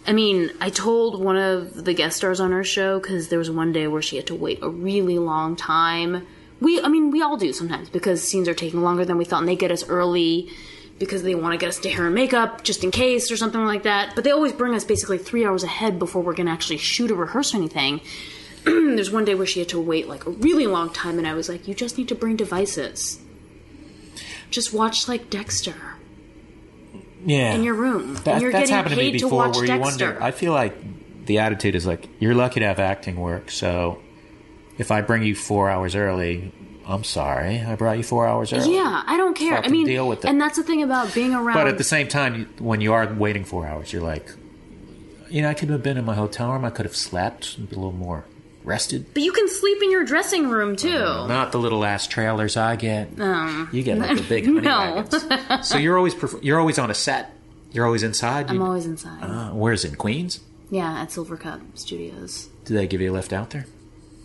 Speaker 5: I mean, I told one of the guest stars on her show because there was one day where she had to wait a really long time. We, I mean, we all do sometimes because scenes are taking longer than we thought, and they get us early because they want to get us to hair and makeup just in case or something like that. But they always bring us basically three hours ahead before we're going to actually shoot or rehearse anything. <clears throat> There's one day where she had to wait like a really long time, and I was like, "You just need to bring devices. Just watch like Dexter."
Speaker 4: yeah,
Speaker 5: in your room.
Speaker 4: That-
Speaker 5: and you're
Speaker 4: that's
Speaker 5: getting
Speaker 4: happened to me
Speaker 5: paid to,
Speaker 4: before,
Speaker 5: watch
Speaker 4: where
Speaker 5: Dexter.
Speaker 4: you wonder. I feel like the attitude is like you're lucky to have acting work. So if I bring you four hours early, I'm sorry, I brought you four hours early.
Speaker 5: yeah, I don't care. I
Speaker 4: Fucking
Speaker 5: mean,
Speaker 4: deal with it.
Speaker 5: and that's the thing about being around.
Speaker 4: But at the same time, you- when you are waiting four hours, you're like, you know, I could have been in my hotel room. I could have slept and been a little more rested.
Speaker 5: But you can sleep in your dressing room too.
Speaker 4: Not the little ass trailers I get. you get like the big honey
Speaker 5: Um. <laughs> No.
Speaker 4: wagons. so you're always prefer- you're always on a set. You're always inside.
Speaker 5: I'm
Speaker 4: You-
Speaker 5: always inside.
Speaker 4: uh, where's it? Queens?
Speaker 5: yeah, at Silver Cup Studios.
Speaker 4: Do they give you a lift out there?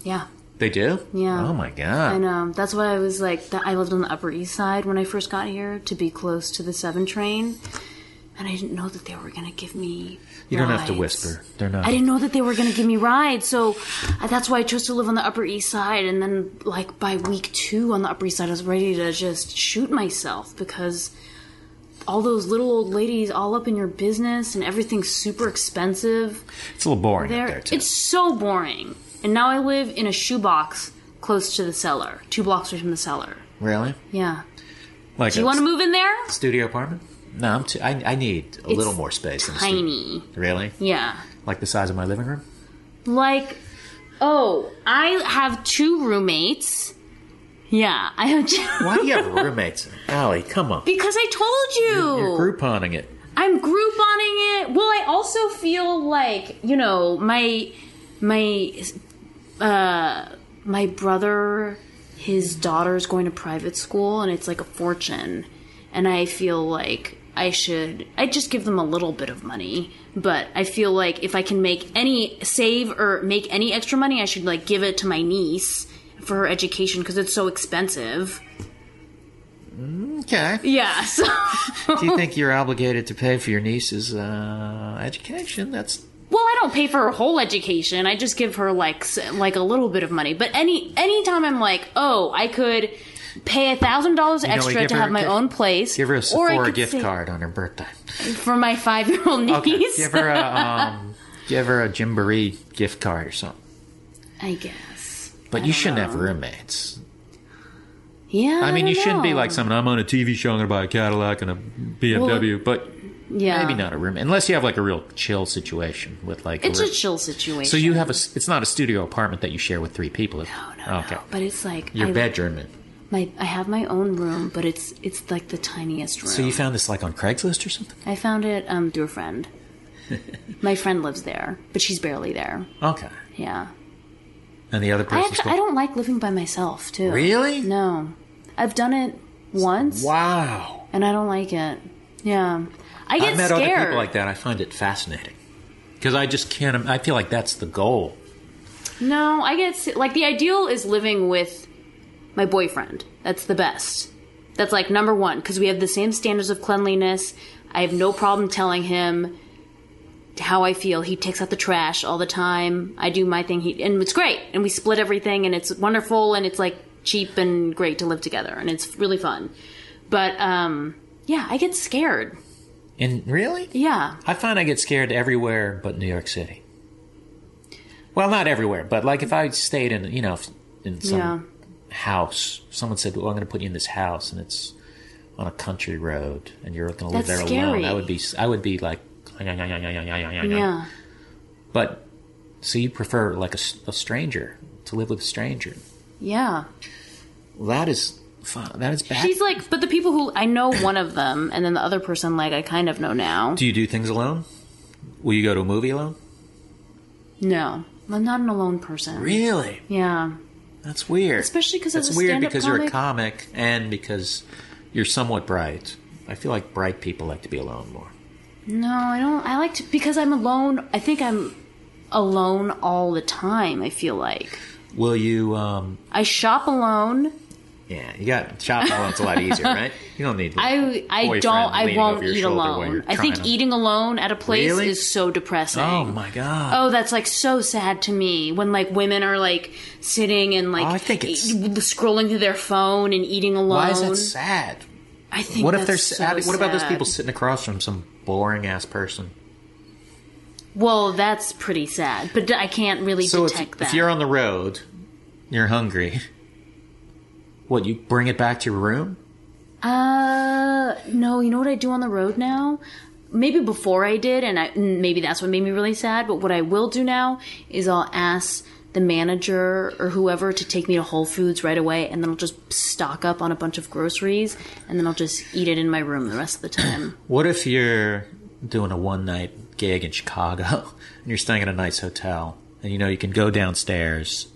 Speaker 5: Yeah,
Speaker 4: They do.
Speaker 5: Yeah.
Speaker 4: Oh my god.
Speaker 5: I know. um, That's why I was like, that I lived on the Upper East Side when I first got here to be close to the Seven Train, and I didn't know that they were gonna give me.
Speaker 4: You don't have to
Speaker 5: rides.
Speaker 4: whisper. They're not.
Speaker 5: I didn't know that they were going to give me rides, so I- that's why I chose to live on the Upper East Side. And then, like by week two on the Upper East Side, I was ready to just shoot myself because all those little old ladies all up in your business and everything's super expensive.
Speaker 4: It's a little boring
Speaker 5: There,
Speaker 4: up there too.
Speaker 5: it's so boring. And now I live in a shoebox close to the cellar, two blocks away from the cellar.
Speaker 4: really
Speaker 5: Yeah.
Speaker 4: like.
Speaker 5: Do you want to move in there?
Speaker 4: studio apartment? No, I'm too. I, I need a little more space. than a studio.
Speaker 5: Tiny.
Speaker 4: Really?
Speaker 5: Yeah.
Speaker 4: Like the size of my living room?
Speaker 5: like oh i have two roommates yeah i have two
Speaker 4: Why do
Speaker 5: <laughs>
Speaker 4: you have roommates? Allie, come on.
Speaker 5: because i told you
Speaker 4: You're grouponing it.
Speaker 5: i'm grouponing it well i also feel like you know my my uh my brother his daughter's going to private school and it's like a fortune and i feel like i should i just give them a little bit of money but i feel like if i can make any save or make any extra money i should like give it to my niece for her education because it's so expensive
Speaker 4: Okay.
Speaker 5: yeah so
Speaker 4: Do you think you're obligated to pay for your niece's uh, education? That's
Speaker 5: Well, I don't pay for her whole education. I just give her like s- like a little bit of money. But any anytime I'm like, oh, I could pay a thousand dollars
Speaker 4: know,
Speaker 5: extra
Speaker 4: give
Speaker 5: to
Speaker 4: her-
Speaker 5: have my
Speaker 4: give-
Speaker 5: own place,
Speaker 4: give her a
Speaker 5: or I
Speaker 4: Sephora
Speaker 5: could
Speaker 4: gift
Speaker 5: save
Speaker 4: card on her
Speaker 5: <laughs>
Speaker 4: birthday.
Speaker 5: for my five year old niece.
Speaker 4: give her a um, give her a Gymboree gift card or something.
Speaker 5: I guess.
Speaker 4: But you shouldn't have roommates.
Speaker 5: Yeah.
Speaker 4: I mean, you
Speaker 5: don't
Speaker 4: shouldn't be
Speaker 5: know.
Speaker 4: like someone. I'm on a TV show. I'm going to buy a Cadillac and a BMW, but
Speaker 5: yeah.
Speaker 4: maybe not a room unless you have like a real chill situation with like.
Speaker 5: It's
Speaker 4: a
Speaker 5: a
Speaker 4: room.
Speaker 5: chill situation.
Speaker 4: So you have a. s- It's not a studio apartment that you share with three people.
Speaker 5: No, no,
Speaker 4: okay.
Speaker 5: no. But it's like
Speaker 4: Your
Speaker 5: I,
Speaker 4: bedroom. and-
Speaker 5: My I have my own room, but it's it's like the tiniest room.
Speaker 4: So you found this like on Craigslist or something?
Speaker 5: I found it um, through a
Speaker 4: <laughs>
Speaker 5: friend. my friend lives there, but she's barely there.
Speaker 4: Okay.
Speaker 5: Yeah.
Speaker 4: And the other
Speaker 5: I
Speaker 4: person's
Speaker 5: actually I don't like living by myself too.
Speaker 4: Really?
Speaker 5: No. I've done it once
Speaker 4: Wow.
Speaker 5: and I don't like it. Yeah. I get
Speaker 4: I've met
Speaker 5: scared.
Speaker 4: other people like that. I find it fascinating because I just can't. im- I feel like that's the goal.
Speaker 5: No, I get s- like the ideal is living with my boyfriend. That's the best. That's like number one because we have the same standards of cleanliness. I have no problem telling him how I feel. He takes out the trash all the time. I do my thing. He and it's great, and we split everything, and it's wonderful, and it's like cheap and great to live together, and it's really fun. But um, yeah, I get scared.
Speaker 4: And really,
Speaker 5: Yeah,
Speaker 4: I find I get scared everywhere but New York City. Well, not everywhere, but like if I stayed in, you know, if- in some
Speaker 5: yeah.
Speaker 4: house, someone said, "Well, I'm going to put you in this house," and it's on a country road, and you're going to live
Speaker 5: That's
Speaker 4: there alone.
Speaker 5: scary.
Speaker 4: I would be, I would be like, yeah.
Speaker 5: Yeah.
Speaker 4: But so you prefer like a, s- a stranger to live with a stranger?
Speaker 5: Yeah.
Speaker 4: Well, that is fun. That is bad.
Speaker 5: She's like, but the people who I know one of them, and then the other person, like, I kind of know now.
Speaker 4: do you do things alone? Will you go to a movie alone?
Speaker 5: No, I'm not an alone person.
Speaker 4: Really?
Speaker 5: Yeah,
Speaker 4: That's weird.
Speaker 5: Especially 'cause
Speaker 4: that's
Speaker 5: as a
Speaker 4: weird
Speaker 5: stand-up
Speaker 4: because you're a comic and because you're somewhat bright. I feel like bright people like to be alone more.
Speaker 5: no, I don't. I like to because I'm alone. I think I'm alone all the time. I feel like
Speaker 4: Will you? um
Speaker 5: I shop alone.
Speaker 4: Yeah, you got shop alone's a lot
Speaker 5: <laughs>
Speaker 4: easier, right? You don't need.
Speaker 5: I I
Speaker 4: boyfriend
Speaker 5: don't. I
Speaker 4: leaning
Speaker 5: won't
Speaker 4: over your
Speaker 5: eat
Speaker 4: shoulder while you're
Speaker 5: alone. I think
Speaker 4: trying to-
Speaker 5: eating alone at a place
Speaker 4: Really?
Speaker 5: is so depressing.
Speaker 4: Oh my god.
Speaker 5: Oh, that's like so sad to me when like women are like sitting and like
Speaker 4: Oh, I think it's-
Speaker 5: scrolling through their phone and eating alone.
Speaker 4: Why is that sad?
Speaker 5: I think
Speaker 4: What if they're
Speaker 5: that's so
Speaker 4: sad? what about those
Speaker 5: sad.
Speaker 4: people sitting across from some boring ass person?
Speaker 5: Well, that's pretty sad, but I can't really
Speaker 4: So if,
Speaker 5: detect that.
Speaker 4: if you're on the road, you're hungry. <laughs> What you bring it back to your room?
Speaker 5: Uh, no. You know what I do on the road now? Maybe before I did, and I, maybe that's what made me really sad. But what I will do now is I'll ask the manager or whoever to take me to Whole Foods right away, and then I'll just stock up on a bunch of groceries, and then I'll just eat it in my room the rest of the
Speaker 4: <coughs>
Speaker 5: time.
Speaker 4: What if you're doing a one night gig in Chicago <laughs> and you're staying at a nice hotel and you know you can go downstairs,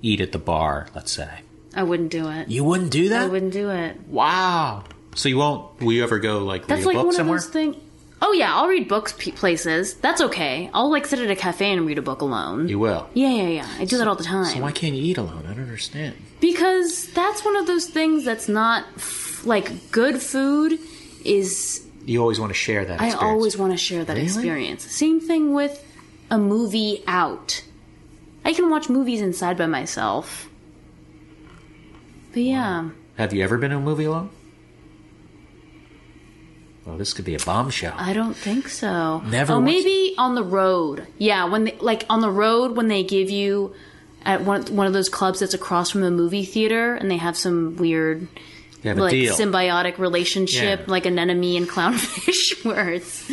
Speaker 4: eat at the bar, let's say.
Speaker 5: I wouldn't do it.
Speaker 4: You wouldn't do
Speaker 5: I
Speaker 4: that?
Speaker 5: wouldn't do it.
Speaker 4: Wow. So you won't will you ever go like
Speaker 5: That's
Speaker 4: read a
Speaker 5: like
Speaker 4: book
Speaker 5: one
Speaker 4: somewhere?
Speaker 5: of those things. Oh yeah, I'll read books pe- places. That's okay. I'll like sit at a cafe and read a book alone.
Speaker 4: You will.
Speaker 5: Yeah, yeah, yeah. I do that all the time.
Speaker 4: So why can't you eat alone? I don't understand.
Speaker 5: because that's one of those things that's not f- like good food is
Speaker 4: You always want to share that experience.
Speaker 5: I always want to share that
Speaker 4: Really?
Speaker 5: experience. Same thing with a movie out. I can watch movies inside by myself. But yeah,
Speaker 4: Have you ever been to a movie alone? Well, this could be a bombshell.
Speaker 5: I don't think so.
Speaker 4: Never
Speaker 5: Oh,
Speaker 4: once-
Speaker 5: maybe on the road. Yeah, when they, like on the road when they give you at one one of those clubs that's across from a movie theater and they have some weird
Speaker 4: you have a
Speaker 5: like
Speaker 4: deal.
Speaker 5: symbiotic relationship,
Speaker 4: Yeah.
Speaker 5: like anemone and <laughs> clownfish, where it's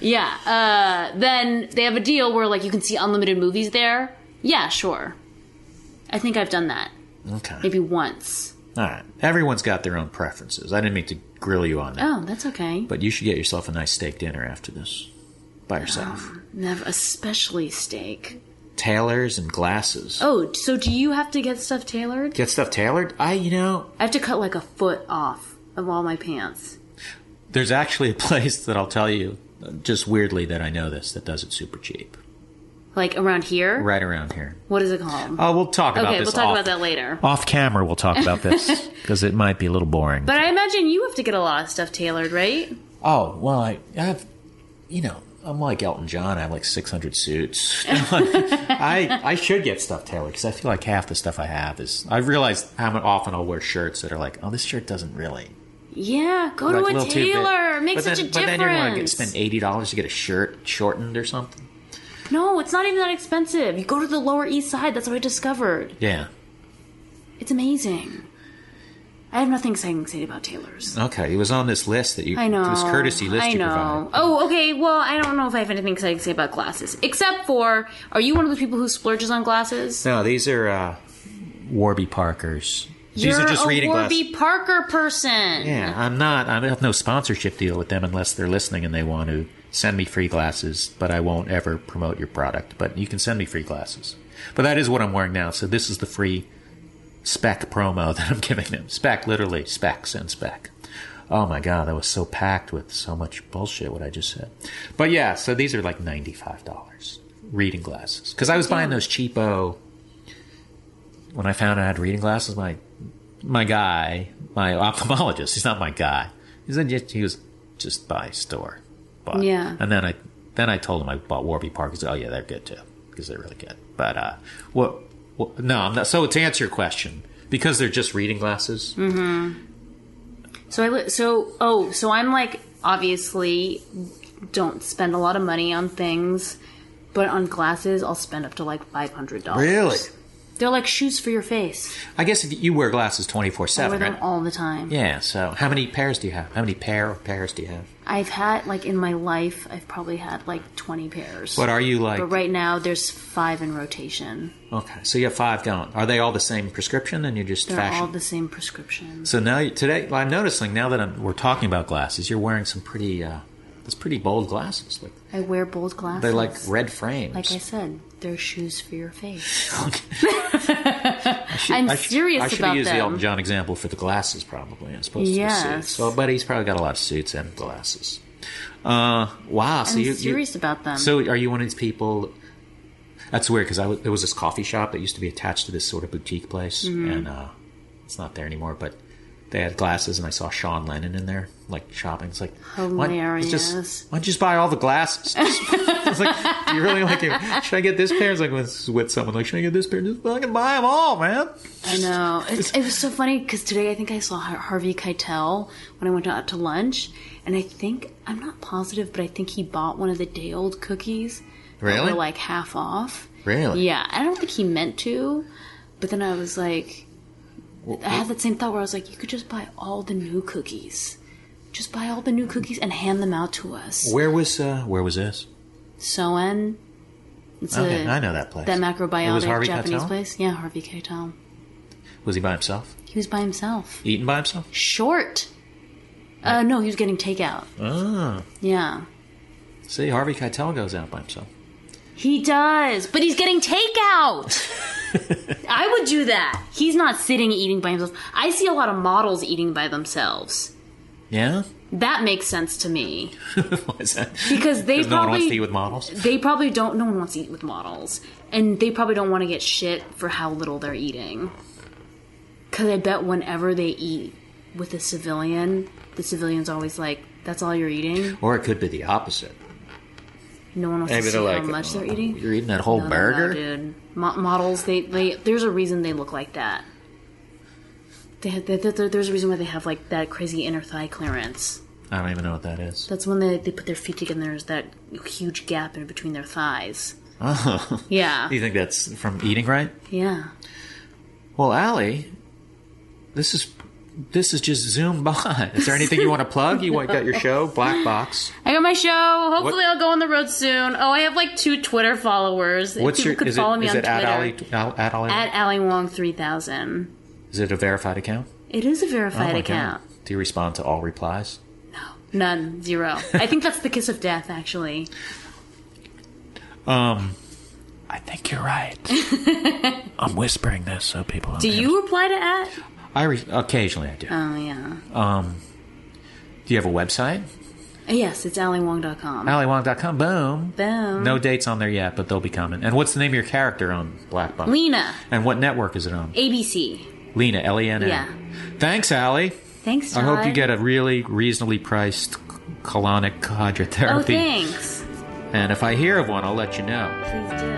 Speaker 5: yeah. Uh, then they have a deal where like you can see unlimited movies there. Yeah, sure. I think I've done that
Speaker 4: okay.
Speaker 5: maybe once.
Speaker 4: All right. Everyone's got their own preferences. I didn't mean to grill you on that.
Speaker 5: Oh, that's okay.
Speaker 4: But you should get yourself a nice steak dinner after this by yourself.
Speaker 5: Never, especially steak.
Speaker 4: Tailors and glasses.
Speaker 5: Oh, so do you have to get stuff tailored?
Speaker 4: Get stuff tailored? I, you know,
Speaker 5: I have to cut like a foot off of all my pants.
Speaker 4: there's actually a <laughs> place that I'll tell you, uh, just weirdly that I know this, that does it super cheap.
Speaker 5: Like around here?
Speaker 4: Right around here.
Speaker 5: What is it called?
Speaker 4: Oh, we'll talk about
Speaker 5: okay,
Speaker 4: this
Speaker 5: we'll talk
Speaker 4: off,
Speaker 5: about that later.
Speaker 4: off camera. We'll talk about this
Speaker 5: <laughs>
Speaker 4: because it might be a little boring.
Speaker 5: But I imagine you have to get a lot of stuff tailored, right?
Speaker 4: oh, well, I, I have, you know, I'm like Elton John. I have like 600 suits. <laughs> I, I should get stuff tailored because I feel like half the stuff I have is. I realize how often I'll wear shirts that are like, oh, this shirt doesn't really
Speaker 5: Yeah, go
Speaker 4: like,
Speaker 5: to
Speaker 4: little
Speaker 5: a
Speaker 4: too big.
Speaker 5: tailor. Make
Speaker 4: but
Speaker 5: such
Speaker 4: then,
Speaker 5: a
Speaker 4: But
Speaker 5: difference.
Speaker 4: then you're going to spend eighty dollars to get a shirt shortened or something.
Speaker 5: no, it's not even that expensive. You go to the Lower East Side. That's what I discovered.
Speaker 4: Yeah.
Speaker 5: It's amazing. I have nothing sexy about Taylor's.
Speaker 4: Okay, he was on this list that you.
Speaker 5: I know.
Speaker 4: This courtesy list
Speaker 5: I
Speaker 4: you
Speaker 5: know.
Speaker 4: provided.
Speaker 5: Oh, okay. Well, I don't know if I have anything exciting to say about glasses, except for, are you one of those people who splurges on glasses?
Speaker 4: No, these are uh, Warby Parkers. these
Speaker 5: You're
Speaker 4: are just
Speaker 5: a
Speaker 4: reading
Speaker 5: Warby
Speaker 4: glasses.
Speaker 5: Parker person.
Speaker 4: Yeah, I'm not. I have no sponsorship deal with them unless they're listening and they want to send me free glasses. But I won't ever promote your product. But you can send me free glasses. But that is what I'm wearing now. So this is the free spec promo <laughs> that I'm giving them. Spec, literally specs and spec. Oh my god, that was so packed with so much bullshit. What I just said. But yeah, so these are like ninety five dollars reading glasses because I was buying those cheapo. When I found out I had reading glasses, my my guy, my ophthalmologist. He's not my guy. He's in just he was just by store. But,
Speaker 5: Yeah.
Speaker 4: And then I then I told him I bought Warby Park. He's like, oh yeah, they're good too because they're really good. But uh, what? what no, I'm not. So to answer your question, because they're just reading glasses.
Speaker 5: So I li- so oh so I'm like obviously don't spend a lot of money on things, but on glasses I'll spend up to like five hundred dollars. They're like shoes for your face.
Speaker 4: I guess if you wear glasses twenty four
Speaker 5: I wear
Speaker 4: seven,
Speaker 5: them
Speaker 4: right?
Speaker 5: all the time.
Speaker 4: Yeah. So how many pairs do you have? How many pair of pairs do you have?
Speaker 5: I've had like in my life I've probably had like twenty pairs.
Speaker 4: What are you like?
Speaker 5: But right now there's five in rotation.
Speaker 4: Okay, so you have five going. Are they all the same prescription, and you're just
Speaker 5: They're
Speaker 4: fashion?
Speaker 5: all the same prescription.
Speaker 4: So now you- today, well, I'm noticing now that I'm, we're talking about glasses, you're wearing some pretty, uh, it's pretty bold glasses. Like
Speaker 5: I wear bold glasses.
Speaker 4: they're like red frames.
Speaker 5: Like I said, they're shoes for your face.
Speaker 4: should,
Speaker 5: I'm
Speaker 4: should-
Speaker 5: serious
Speaker 4: I should
Speaker 5: about
Speaker 4: use the
Speaker 5: them.
Speaker 4: Elton John example for the glasses, probably. I'm supposed
Speaker 5: Yes.
Speaker 4: to the suits. So, but he's probably got a lot of suits and glasses. Uh, wow. so
Speaker 5: I'm
Speaker 4: you,
Speaker 5: serious
Speaker 4: you,
Speaker 5: about them.
Speaker 4: So are you one of these people? That's weird because I was, there was this coffee shop that used to be attached to this sort of boutique place,
Speaker 5: Mm-hmm.
Speaker 4: and uh, it's not there anymore. But they had glasses, and I saw Sean Lennon in there, like shopping. It's like Why, it's
Speaker 5: Hilarious.
Speaker 4: just, why don't you just buy all the glasses? <laughs> it's like, do you really like it? Should I get this pair? It's like with, with someone like, should I get this pair? Just fucking buy them all, man.
Speaker 5: I
Speaker 4: <laughs>
Speaker 5: know. It, it was so funny because today I think I saw Har- Harvey Keitel when I went out to lunch, and I think I'm not positive, but I think he bought one of the day old cookies. that
Speaker 4: Really?
Speaker 5: were like half off.
Speaker 4: Really?
Speaker 5: Yeah, I don't think he meant to, but then I was like, I had that same thought where I was like, you could just buy all the new cookies. Just buy all the new cookies and hand them out to us.
Speaker 4: Where was uh, where was this?
Speaker 5: Soen. It's
Speaker 4: Okay,
Speaker 5: a-
Speaker 4: I know that place.
Speaker 5: That
Speaker 4: It was
Speaker 5: macrobiotic
Speaker 4: Harvey
Speaker 5: Japanese
Speaker 4: Keitel?
Speaker 5: place. Yeah, Harvey Keitel.
Speaker 4: Was he by himself?
Speaker 5: He was by himself.
Speaker 4: Eating by himself?
Speaker 5: Short. Uh, no, he was getting takeout.
Speaker 4: Ah,
Speaker 5: Yeah.
Speaker 4: see, Harvey Keitel goes out by <laughs> himself.
Speaker 5: He does, but he's getting takeout. I would do that. He's not sitting eating by himself. I see a lot of models eating by themselves.
Speaker 4: Yeah, <laughs>
Speaker 5: That makes sense to me
Speaker 4: Why is that?
Speaker 5: because they
Speaker 4: no one wants
Speaker 5: probably
Speaker 4: to eat with models.
Speaker 5: they probably don't. No one wants to eat with models, and they probably don't want to get shit for how little they're eating. Because I bet whenever they eat with a civilian, the civilian's always like, "That's all you're eating."
Speaker 4: Or it could be the opposite.
Speaker 5: No one wants
Speaker 4: Maybe
Speaker 5: to see
Speaker 4: they're
Speaker 5: how
Speaker 4: like,
Speaker 5: much they're
Speaker 4: "Oh,
Speaker 5: eating.
Speaker 4: you're eating that whole
Speaker 5: No, no, no,
Speaker 4: burger?"
Speaker 5: dude. Mo- models, they, they there's a reason they look like that. They, have- they, they, there's a reason why they have like that crazy inner thigh clearance.
Speaker 4: I don't even know what that is.
Speaker 5: That's when they, they put their feet together. and There's that huge gap in between their thighs.
Speaker 4: <laughs> Oh.
Speaker 5: Yeah,
Speaker 4: Do you think that's from eating right?
Speaker 5: yeah.
Speaker 4: Well, Allie, this is this is just zoomed <laughs> by. Is there
Speaker 5: <laughs>
Speaker 4: anything you want to plug? You want got your show, Black Box.
Speaker 5: I got my show. Hopefully,
Speaker 4: What-
Speaker 5: I'll go on the road soon. Oh, I have like two Twitter followers. If
Speaker 4: What's
Speaker 5: People
Speaker 4: your
Speaker 5: could
Speaker 4: is
Speaker 5: follow
Speaker 4: it,
Speaker 5: me
Speaker 4: is
Speaker 5: on
Speaker 4: it
Speaker 5: Twitter
Speaker 4: at Allie at Allie?
Speaker 5: at Ally Wong three thousand.
Speaker 4: is it a verified account?
Speaker 5: It is a
Speaker 4: Oh
Speaker 5: verified
Speaker 4: my
Speaker 5: account.
Speaker 4: God. Do you respond to all replies?
Speaker 5: None, zero. I think that's the kiss of death, actually.
Speaker 4: Um, I think
Speaker 5: <laughs>
Speaker 4: you're right. I'm whispering this so people.
Speaker 5: Do you reply to at?
Speaker 4: I re- occasionally I do.
Speaker 5: Oh yeah.
Speaker 4: Um, do you have a website?
Speaker 5: Yes, it's AllyWong.com.
Speaker 4: AllieWong.com. Boom.
Speaker 5: Boom.
Speaker 4: No dates on there yet, but they'll be coming. And what's the name of your character on Black Box?
Speaker 5: Lena,
Speaker 4: And what network is it on?
Speaker 5: ABC.
Speaker 4: Lena, L E N N.
Speaker 5: Yeah.
Speaker 4: Thanks, Allie.
Speaker 5: Thanks,
Speaker 4: I
Speaker 5: Todd.
Speaker 4: hope you get a really reasonably priced c- colonic
Speaker 5: Oh,
Speaker 4: hydrotherapy.
Speaker 5: thanks.
Speaker 4: and if I hear of one, I'll let you know.
Speaker 5: Please do.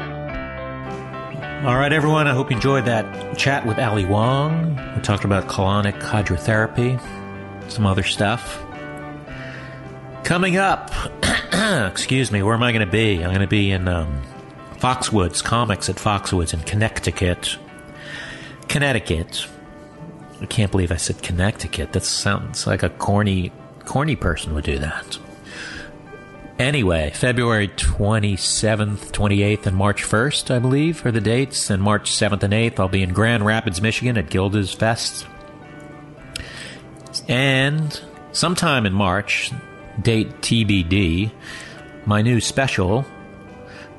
Speaker 4: All right, everyone. I hope you enjoyed that chat with Ali Wong. We talked about colonic hydrotherapy, some other stuff. Coming up, <clears throat> excuse me, where am I going to be? I'm going to be in um, Foxwoods Comics at Foxwoods in Connecticut, Connecticut, I can't believe I said Connecticut. That sounds like a corny, corny person would do that. Anyway, February 27th, 28th, and March 1st, I believe, are the dates. And March 7th and 8th, I'll be in Grand Rapids, Michigan at Gilda's Fest. And sometime in March, date TBD, my new special,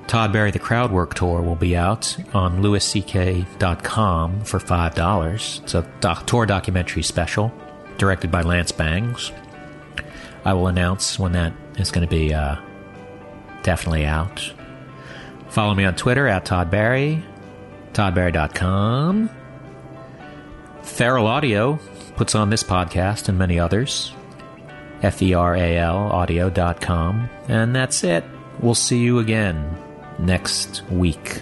Speaker 4: Todd Berry the Crowdwork Tour, will be out on lewisck.com for $5. It's a doc- tour documentary special directed by Lance Bangs. I will announce when that is going to be uh, definitely out. Follow me on Twitter at Todd Barry, toddbarry.com. Feral Audio puts on this podcast and many others. F E R A L audio.com. And that's it. We'll see you again next week.